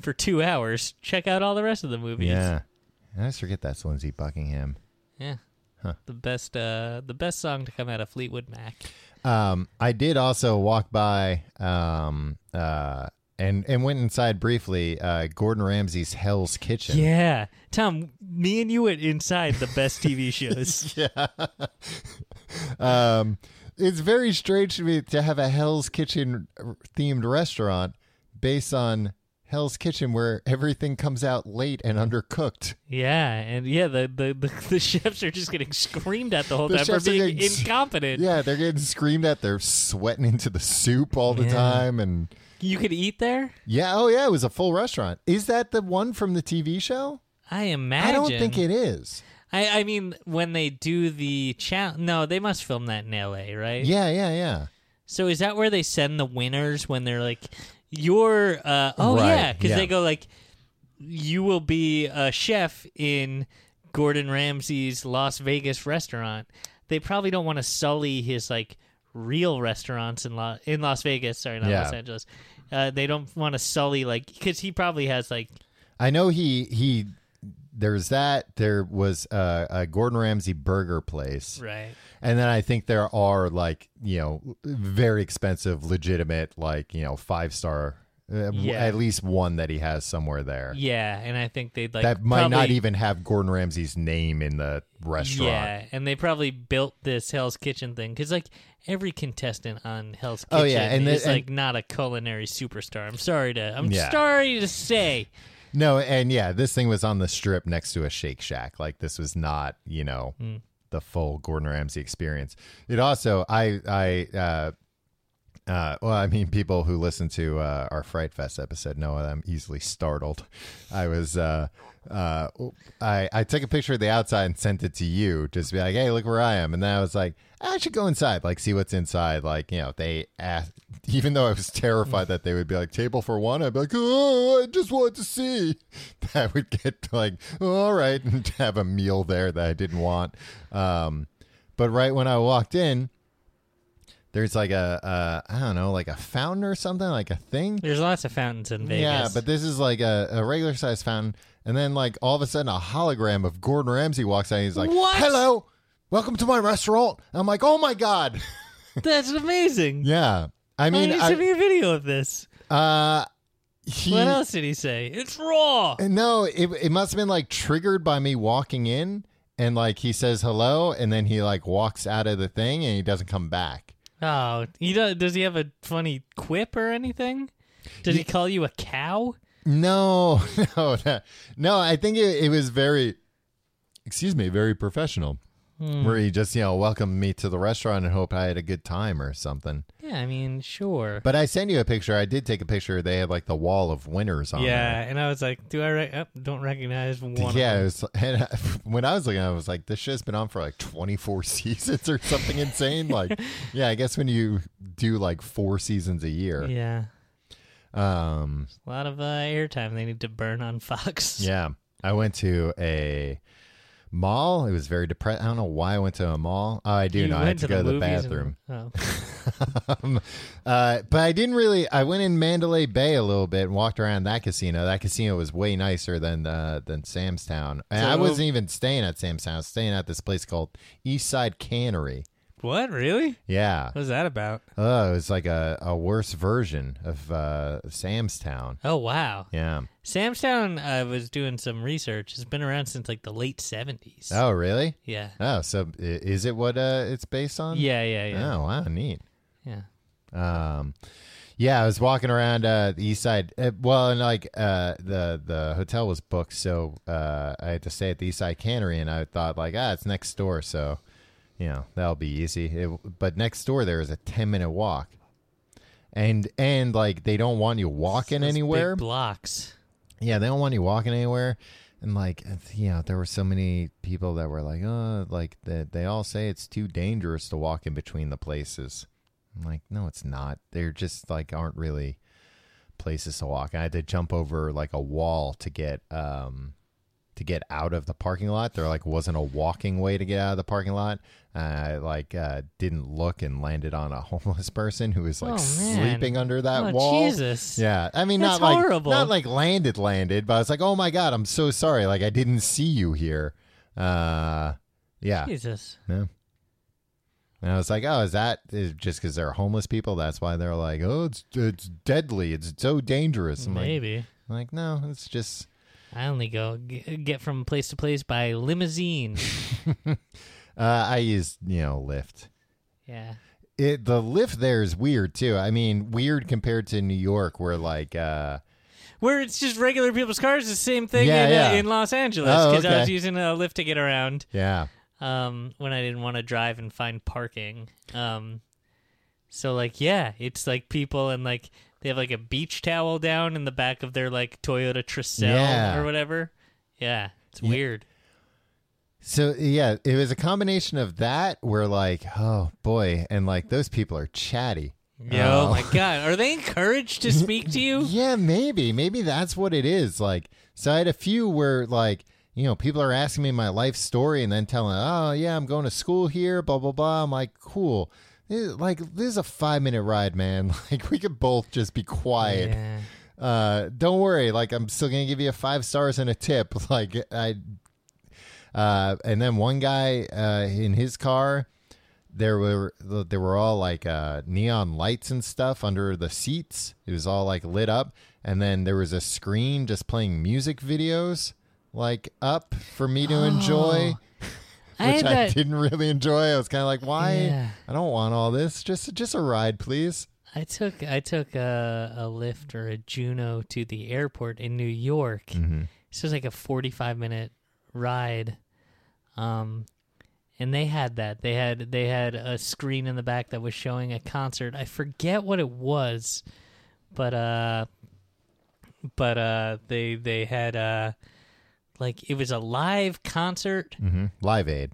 S3: for two hours, check out all the rest of the movies.
S2: Yeah. I always forget that's Lindsey Buckingham.
S3: Yeah. The best, uh, the best song to come out of Fleetwood Mac.
S2: Um, I did also walk by um, uh, and and went inside briefly uh, Gordon Ramsay's Hell's Kitchen.
S3: Yeah, Tom, me and you went inside the best TV shows.
S2: Um, it's very strange to me to have a Hell's Kitchen themed restaurant based on Hell's Kitchen, where everything comes out late and undercooked.
S3: yeah, and yeah, the, the the the chefs are just getting screamed at the whole
S2: The
S3: time for
S2: chefs are
S3: being
S2: getting-
S3: incompetent.
S2: Yeah, they're getting screamed at. They're sweating into the soup all the
S3: Yeah.
S2: time, and
S3: You could eat there.
S2: yeah, oh yeah, it was a full restaurant. Is that the one from the TV show?
S3: I imagine.
S2: I don't think it is.
S3: I, I mean, when they do the challenge, no, they must film that in L.A., right?
S2: Yeah, yeah, yeah.
S3: So is that where they send the winners when they're like, "You're, uh, oh
S2: Right,
S3: yeah," because
S2: yeah.
S3: they go like, "You will be a chef in Gordon Ramsay's Las Vegas restaurant." They probably don't want to sully his like real restaurants in Las in Las Vegas. Sorry, not
S2: Yeah.
S3: Los Angeles. Uh, they don't want to sully like because he probably has like
S2: I know he he. There's that. There was uh, a Gordon Ramsay burger place.
S3: right.
S2: And then I think there are like, you know, very expensive, legitimate, like, you know, five star, uh, w-
S3: Yeah.
S2: at least one that he has somewhere there.
S3: Yeah, and I think they'd like
S2: That might not
S3: probably-
S2: even have Gordon Ramsay's name in the restaurant.
S3: Yeah, and they probably built this Hell's Kitchen thing because like every contestant on Hell's Kitchen
S2: Oh, yeah, and the-
S3: is
S2: and-
S3: like not a culinary superstar. I'm sorry to I'm
S2: Yeah.
S3: sorry to say.
S2: No, and yeah, this thing was on the strip next to a Shake Shack. Like this was not, you know,
S3: Hmm.
S2: the full Gordon Ramsay experience. It also, I, I, uh, uh, well, I mean, people who listen to uh, our Fright Fest episode know that I'm easily startled. I was, uh, uh, I, I took a picture of the outside and sent it to you, just to be like, hey, look where I am. And then I was like, I should go inside, like, see what's inside. Like, you know, they asked, even though I was terrified that they would be like, table for one, I'd be like, oh, I just want to see. I would get like, all right, and have a meal there that I didn't want. Um, but right when I walked in, there's like a, a I don't know, like a fountain or something, like a thing.
S3: There's lots of fountains in Vegas.
S2: Yeah, but this is like a, a regular sized fountain, and then like all of a sudden a hologram of Gordon Ramsay walks out. And he's like,
S3: What?
S2: "Hello, welcome to my restaurant." And I'm like, "Oh my god!"
S3: that's amazing.
S2: yeah, I
S3: I
S2: mean,
S3: need to
S2: I,
S3: see a video of this.
S2: uh, he,
S3: What else did he say? It's raw.
S2: No, it it must have been like triggered by me walking in, and like he says hello, and then he like walks out of the thing, and he doesn't come back.
S3: Oh, he does. Does he have a funny quip or anything? Did he call you a cow?
S2: No, no, no. no I think it, it was very, excuse me, very professional.
S3: Hmm.
S2: Where he just, you know, welcomed me to the restaurant and hoped I had a good time or something.
S3: Yeah, I mean, sure.
S2: But I sent you a picture. I did take a picture. They had like the wall of winners on
S3: yeah, and I was like, do I rec- oh, don't recognize one?
S2: there.
S3: of
S2: Yeah, it
S3: them.
S2: was, and I, when I was looking, at it, I was like, "This shit's been on for like 24 seasons or something insane." Like, yeah, I guess when you do like four seasons a year,
S3: yeah.
S2: um,
S3: A lot of uh, airtime they need to burn on Fox.
S2: Yeah. I went to a mall. It was very depressed. I don't know why I went to a mall. Oh, I do
S3: You
S2: know. I
S3: went
S2: had to, go to the
S3: movies
S2: bathroom.
S3: And, oh.
S2: um, uh, but I didn't really. I went in Mandalay Bay a little bit and walked around that casino. That casino was way nicer than uh, than Sam's Town. And I
S3: So-
S2: wasn't even staying at Sam's Town. I was staying at this place called Eastside Cannery.
S3: what really?
S2: Yeah.
S3: What was that about?
S2: Oh, it was like a, a worse version of uh, Sam's Town.
S3: Oh wow,
S2: Yeah.
S3: Samstown. I was doing some research. It's been around since like the late seventies.
S2: Oh, really?
S3: yeah,
S2: Oh, so i- is it what uh, it's based on?
S3: yeah, yeah, yeah,
S2: Oh, wow, neat.
S3: yeah.
S2: Um, yeah, I was walking around uh, the east side. Uh, well, and like uh, the the hotel was booked, so uh, I had to stay at the east side cannery, and I thought like, ah, it's next door, so you know that'll be easy. It, but next door there is a ten minute walk, and and like they don't want you walking
S3: Those
S2: anywhere.
S3: big blocks.
S2: Yeah, they don't want you walking anywhere. And like, you know, there were so many people that were like, oh, like that they all say it's too dangerous to walk in between the places. I'm like, no, it's not. They're just like aren't really places to walk. I had to jump over like a wall to get um to get out of the parking lot. There like wasn't a walking way to get out of the parking lot. I like uh, didn't look and landed on a homeless person who was like
S3: Oh, man.
S2: sleeping under that
S3: Oh,
S2: wall.
S3: Jesus.
S2: Yeah, I mean,
S3: That's
S2: not like
S3: horrible.
S2: not like landed, landed, but I was like, oh my god, I'm so sorry. Like I didn't see you here. Uh, yeah,
S3: Jesus.
S2: yeah. And I was like, oh, is that is just because they're homeless people? That's why they're like, oh, it's it's deadly. It's so dangerous. I'm like,
S3: Maybe.
S2: I'm like, no, it's just.
S3: I only go g- get from place to place by limousine.
S2: Uh, I use you know Lyft.
S3: yeah.
S2: It the Lyft there is weird too. I mean, weird compared to New York, where like. uh
S3: Where it's just regular people's cars, the same thing
S2: Yeah,
S3: in, uh,
S2: yeah.
S3: in Los Angeles.
S2: Oh,
S3: Because I
S2: okay.
S3: was using a lift to get around
S2: yeah,
S3: um, when I didn't want to drive and find parking. Um, so, like, yeah, it's like people and like they have like a beach towel down in the back of their like Toyota Tercel
S2: Yeah.
S3: or whatever. Yeah. It's
S2: Yeah.
S3: weird.
S2: So yeah, it was a combination of that where like, oh boy, and like those people are chatty.
S3: Yeah, Oh my God. Are they encouraged to speak to you?
S2: Yeah, maybe. Maybe that's what it is. Like so I had a few where like, you know, people are asking me my life story and then telling, Oh yeah, I'm going to school here, blah blah blah. I'm like, cool. This- Like this is a five minute ride, man. Like we could both just be quiet.
S3: Yeah.
S2: Uh, don't worry. Like I'm still gonna give you five stars and a tip. Like I, uh, and then one guy uh, in his car, there were there were all like uh, neon lights and stuff under the seats. It was all like lit up, and then there was a screen just playing music videos like up for me to enjoy.
S3: I
S2: Which
S3: had
S2: I,
S3: that-
S2: didn't really enjoy. I was kind of like, why?
S3: Yeah.
S2: I don't want all this. Just just a ride, please.
S3: I took I took a, a lift or a Juno to the airport in New York.
S2: Mm-hmm.
S3: This was like a forty five minute ride, um, and they had that. They had they had a screen in the back that was showing a concert. I forget what it was, but uh, but uh, they they had uh, like it was a live concert.
S2: Mm-hmm. Live Aid.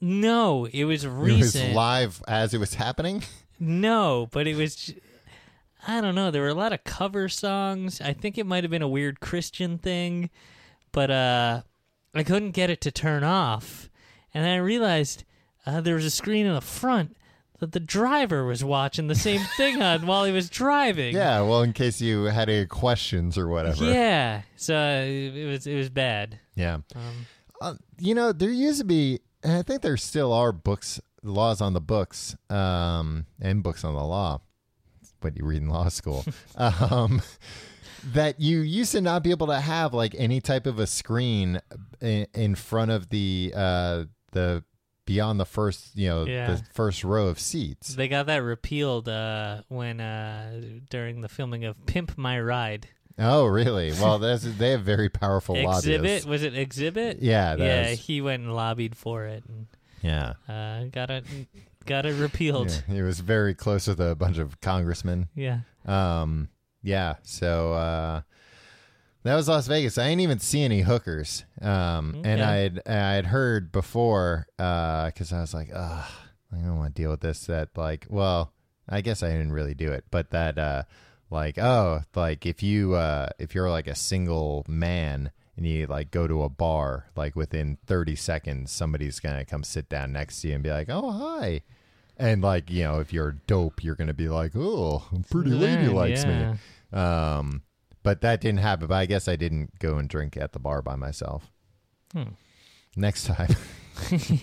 S3: No, it was
S2: It
S3: recent.
S2: was live as it was happening.
S3: No, but it was. j- I don't know. There were a lot of cover songs. I think it might have been a weird Christian thing, but uh, I couldn't get it to turn off. And I realized uh, there was a screen in the front that the driver was watching the same thing on while he was driving.
S2: Yeah, well, in case you had any questions or whatever.
S3: Yeah. So uh, it was it was bad.
S2: Yeah.
S3: Um,
S2: Uh, you know, there used to be, and I think there still are books, laws on the books, um, and books on the law. It's What you read in law school, um, that you used to not be able to have like any type of a screen in, in front of the uh, the beyond the first, you know,
S3: Yeah.
S2: the first row of seats.
S3: they got that repealed uh, when uh, during the filming of Pimp My Ride.
S2: Oh, really? Well, that's, they have very powerful
S3: Exhibit
S2: lobbyists.
S3: was it? Exhibit?
S2: Yeah, that
S3: yeah.
S2: was-
S3: He went and lobbied for it and
S2: yeah.
S3: uh, got it got it repealed.
S2: Yeah, he was very close with a bunch of congressmen.
S3: Yeah.
S2: Um, yeah, so uh, that was Las Vegas. I didn't even see any hookers, um, and
S3: Okay.
S2: I'd I'd heard before because I was like, Ugh, I don't want to deal with this. That like, well, I guess I didn't really do it, but that uh, like, oh, like if you uh, if you're like a single man. And you like go to a bar, like within 30 seconds, somebody's gonna come sit down next to you and be like, "Oh, hi," and like you know, if you're dope, you're gonna be like, "Oh, pretty lady
S3: Learn,
S2: likes me."
S3: yeah.
S2: Um, but that didn't happen. But I guess I didn't go and drink at the bar by myself.
S3: Hmm.
S2: Next time,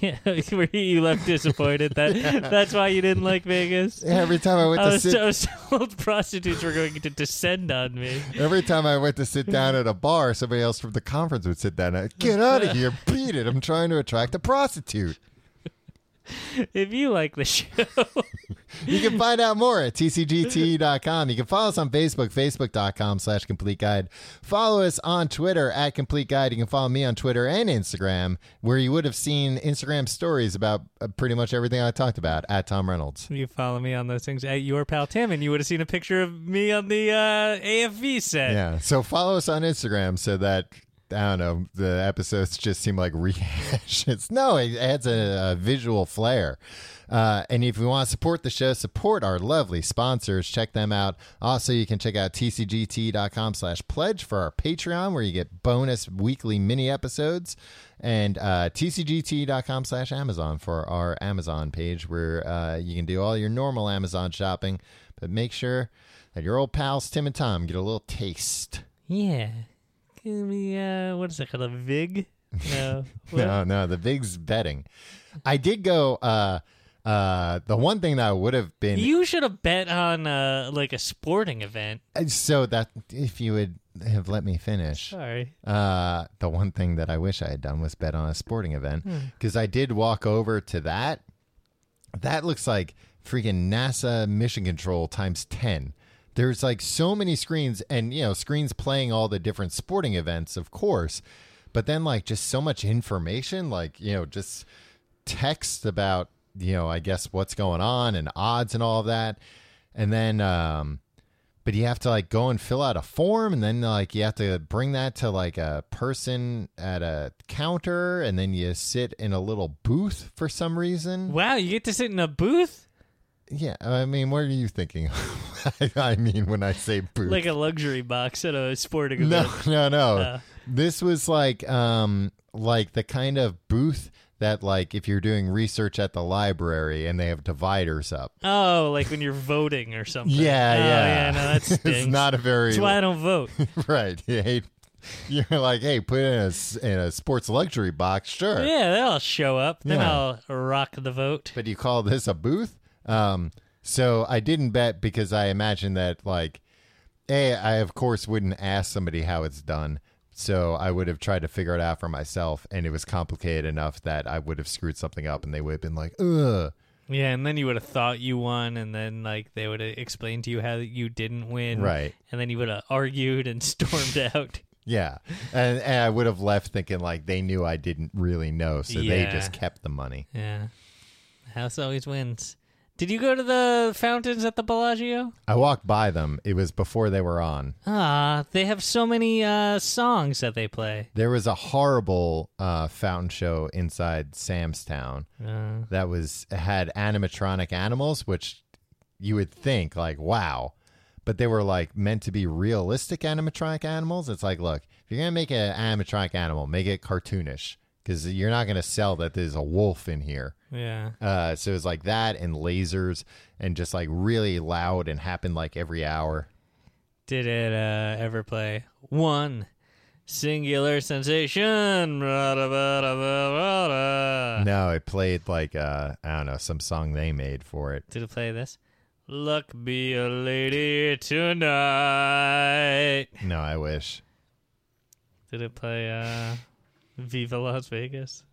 S3: yeah. Were you- you left disappointed? That that's why you didn't like Vegas. Oh,
S2: every time I went
S3: I
S2: to
S3: was,
S2: sit,
S3: I was told prostitutes were going to descend on me.
S2: every time I went to sit down at a bar, somebody else from the conference would sit down. and I'd, Get out of here! Beat it! I'm trying to attract a prostitute.
S3: if you like the show,
S2: You can find out more at tcgt.com. You can follow us on Facebook, facebook.com slash complete guide. Follow us on Twitter at complete guide. You can follow me on Twitter and Instagram, where you would have seen Instagram stories about uh, pretty much everything I talked about at Tom Reynolds.
S3: you follow me on those things at your pal Tim, and you would have seen a picture of me on the uh, AFV set.
S2: Yeah. So follow us on Instagram so that. I don't know. The episodes just seem like rehashes. No, it adds a, a visual flair. Uh, and if you want to support the show, support our lovely sponsors. Check them out. Also, you can check out tcgt.com slash pledge for our Patreon, where you get bonus weekly mini episodes, and uh, tcgt.com slash Amazon for our Amazon page, where uh, you can do all your normal Amazon shopping. But make sure that your old pals, Tim and Tom, get a little taste.
S3: Yeah. Give me, uh, what is it called? A VIG? No. What?
S2: No, no, the Vig's betting. I did go. Uh, uh, the one thing that I would have been
S3: You should have bet on uh, like a sporting event.
S2: uh, so that if you would have let me finish.
S3: Sorry.
S2: Uh, the one thing that I wish I had done was bet on a sporting event because I did walk over to that. That looks like freaking NASA mission control times 10. There's like so many screens and, you know, screens playing all the different sporting events, of course, but then like just so much information, like, you know, just text about, you know, I guess what's going on and odds and all of that. And then, um, but you have to like go and fill out a form and then like you have to bring that to like a person at a counter and then you sit in a little booth for some reason
S3: Wow, you get to sit in a booth?
S2: yeah i mean what are you thinking I, I mean when i say booth
S3: Like a luxury box at a sporting
S2: no
S3: event.
S2: no no
S3: Uh.
S2: this was like um like the kind of booth that like if you're doing research at the library and they have dividers up
S3: Oh, like when you're voting or something.
S2: yeah
S3: Oh,
S2: yeah
S3: yeah, no, that
S2: it's
S3: stinks.
S2: not a very
S3: That's why I don't vote.
S2: Right. You hate, you're like, hey, put it in a, s- in a sports luxury box, sure.
S3: Yeah, that'll show up. Then
S2: Yeah.
S3: I'll rock the vote.
S2: But you call this a booth? Um, so I didn't bet because I imagine that, like, A, I of course wouldn't ask somebody how it's done. So I would have tried to figure it out for myself. And it was complicated enough that I would have screwed something up and they would have been like, ugh.
S3: Yeah, and then you would have thought you won, and then like they would have explained to you how you didn't win.
S2: Right.
S3: And then you would have argued and stormed out.
S2: Yeah. And, and I would have left thinking, like, they knew I didn't really know. So they
S3: Yeah.
S2: just kept the money.
S3: Yeah. House always wins. Did you go to the fountains at the Bellagio?
S2: I walked by them. It was before they were on.
S3: Ah, they have so many uh, songs that they play.
S2: There was a horrible uh, fountain show inside Sam's Town
S3: Uh,
S2: that was had animatronic animals, which you would think like, wow, but they were like meant to be realistic animatronic animals. It's like, look, if you're gonna make an animatronic animal, make it cartoonish because you're not gonna sell that there's a wolf in here.
S3: yeah.
S2: Uh, so it was like that and lasers and just like really loud and happened like every hour.
S3: Did it uh, ever play one singular sensation? Ra-da-ba-da-ba-ra-da.
S2: No, it played like uh, I don't know some song they made for it.
S3: Did it play this? Luck be a lady tonight.
S2: No, I wish.
S3: Did it play uh, Viva Las Vegas?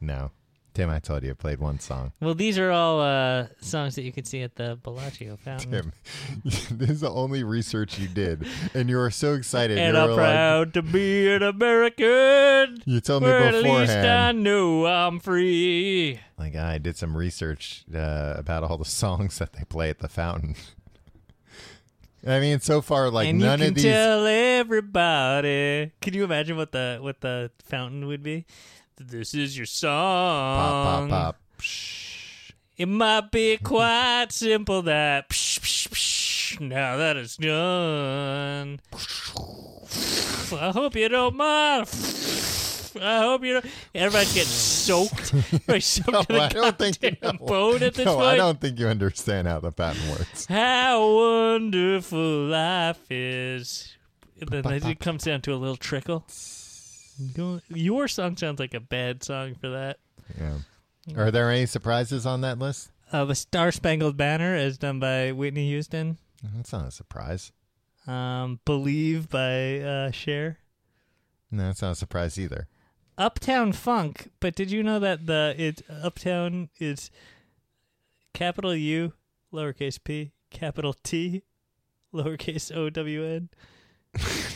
S2: No. Tim, I told you I played one song.
S3: Well, these are all uh, songs that you could see at the Bellagio Fountain.
S2: Tim, this is the only research you did, and you were so excited.
S3: And
S2: you
S3: I'm
S2: were like,
S3: proud to be an American.
S2: you told me
S3: Where at least I
S2: beforehand,
S3: know I'm free.
S2: like I did some research uh, about all the songs that they play at the fountain. I mean, so far, like
S3: and
S2: none
S3: you can
S2: of these.
S3: tell everybody. Can you imagine what the what the fountain would be? This is your
S2: pop,
S3: song.
S2: pop, pop. Psh.
S3: It might be quite simple that psh, psh, psh, now that it's done. I hope you don't mind. I hope you don't. Everybody's getting soaked. Everybody's soaked to
S2: No,
S3: the
S2: I don't think you
S3: goddamn
S2: know.
S3: bone at this
S2: No,
S3: point.
S2: I don't think you understand how the pattern works.
S3: How wonderful life is. And then it comes down to a little trickle. Go- Your song sounds like a bad song for that.
S2: Yeah. Are there any surprises on that list?
S3: Uh, the Star Spangled Banner, as done by Whitney Houston.
S2: That's not a surprise.
S3: Um, Believe by uh, Cher.
S2: No, that's not a surprise either.
S3: Uptown Funk, but did you know that the it Uptown is capital U, lowercase p, capital T, lowercase O W N?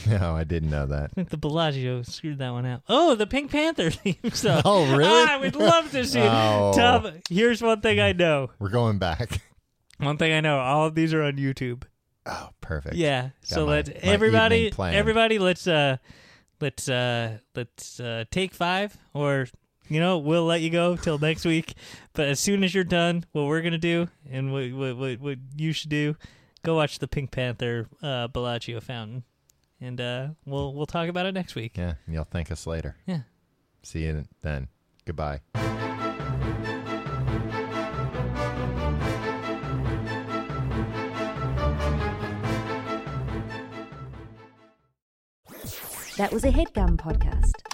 S2: No, I didn't know that.
S3: I think the Bellagio screwed that one out. Oh, the Pink Panther theme song.
S2: Oh, really?
S3: Ah, I would love to see it.
S2: Oh.
S3: Tom, here's one thing I know.
S2: We're going back.
S3: One thing I know. All of these are on YouTube.
S2: Oh, perfect.
S3: Yeah. so
S2: my-
S3: let's
S2: my
S3: everybody
S2: evening planned.
S3: everybody let's uh let's uh let's uh take 5 or you know, we'll let you go till next week, but as soon as you're done, what we're going to do and what, what what what you should do, go watch the Pink Panther uh Bellagio Fountain. And uh we'll we'll talk about it next week.
S2: Yeah. and You'll thank us later.
S3: Yeah.
S2: See you then. Goodbye.
S1: That was a headgum podcast.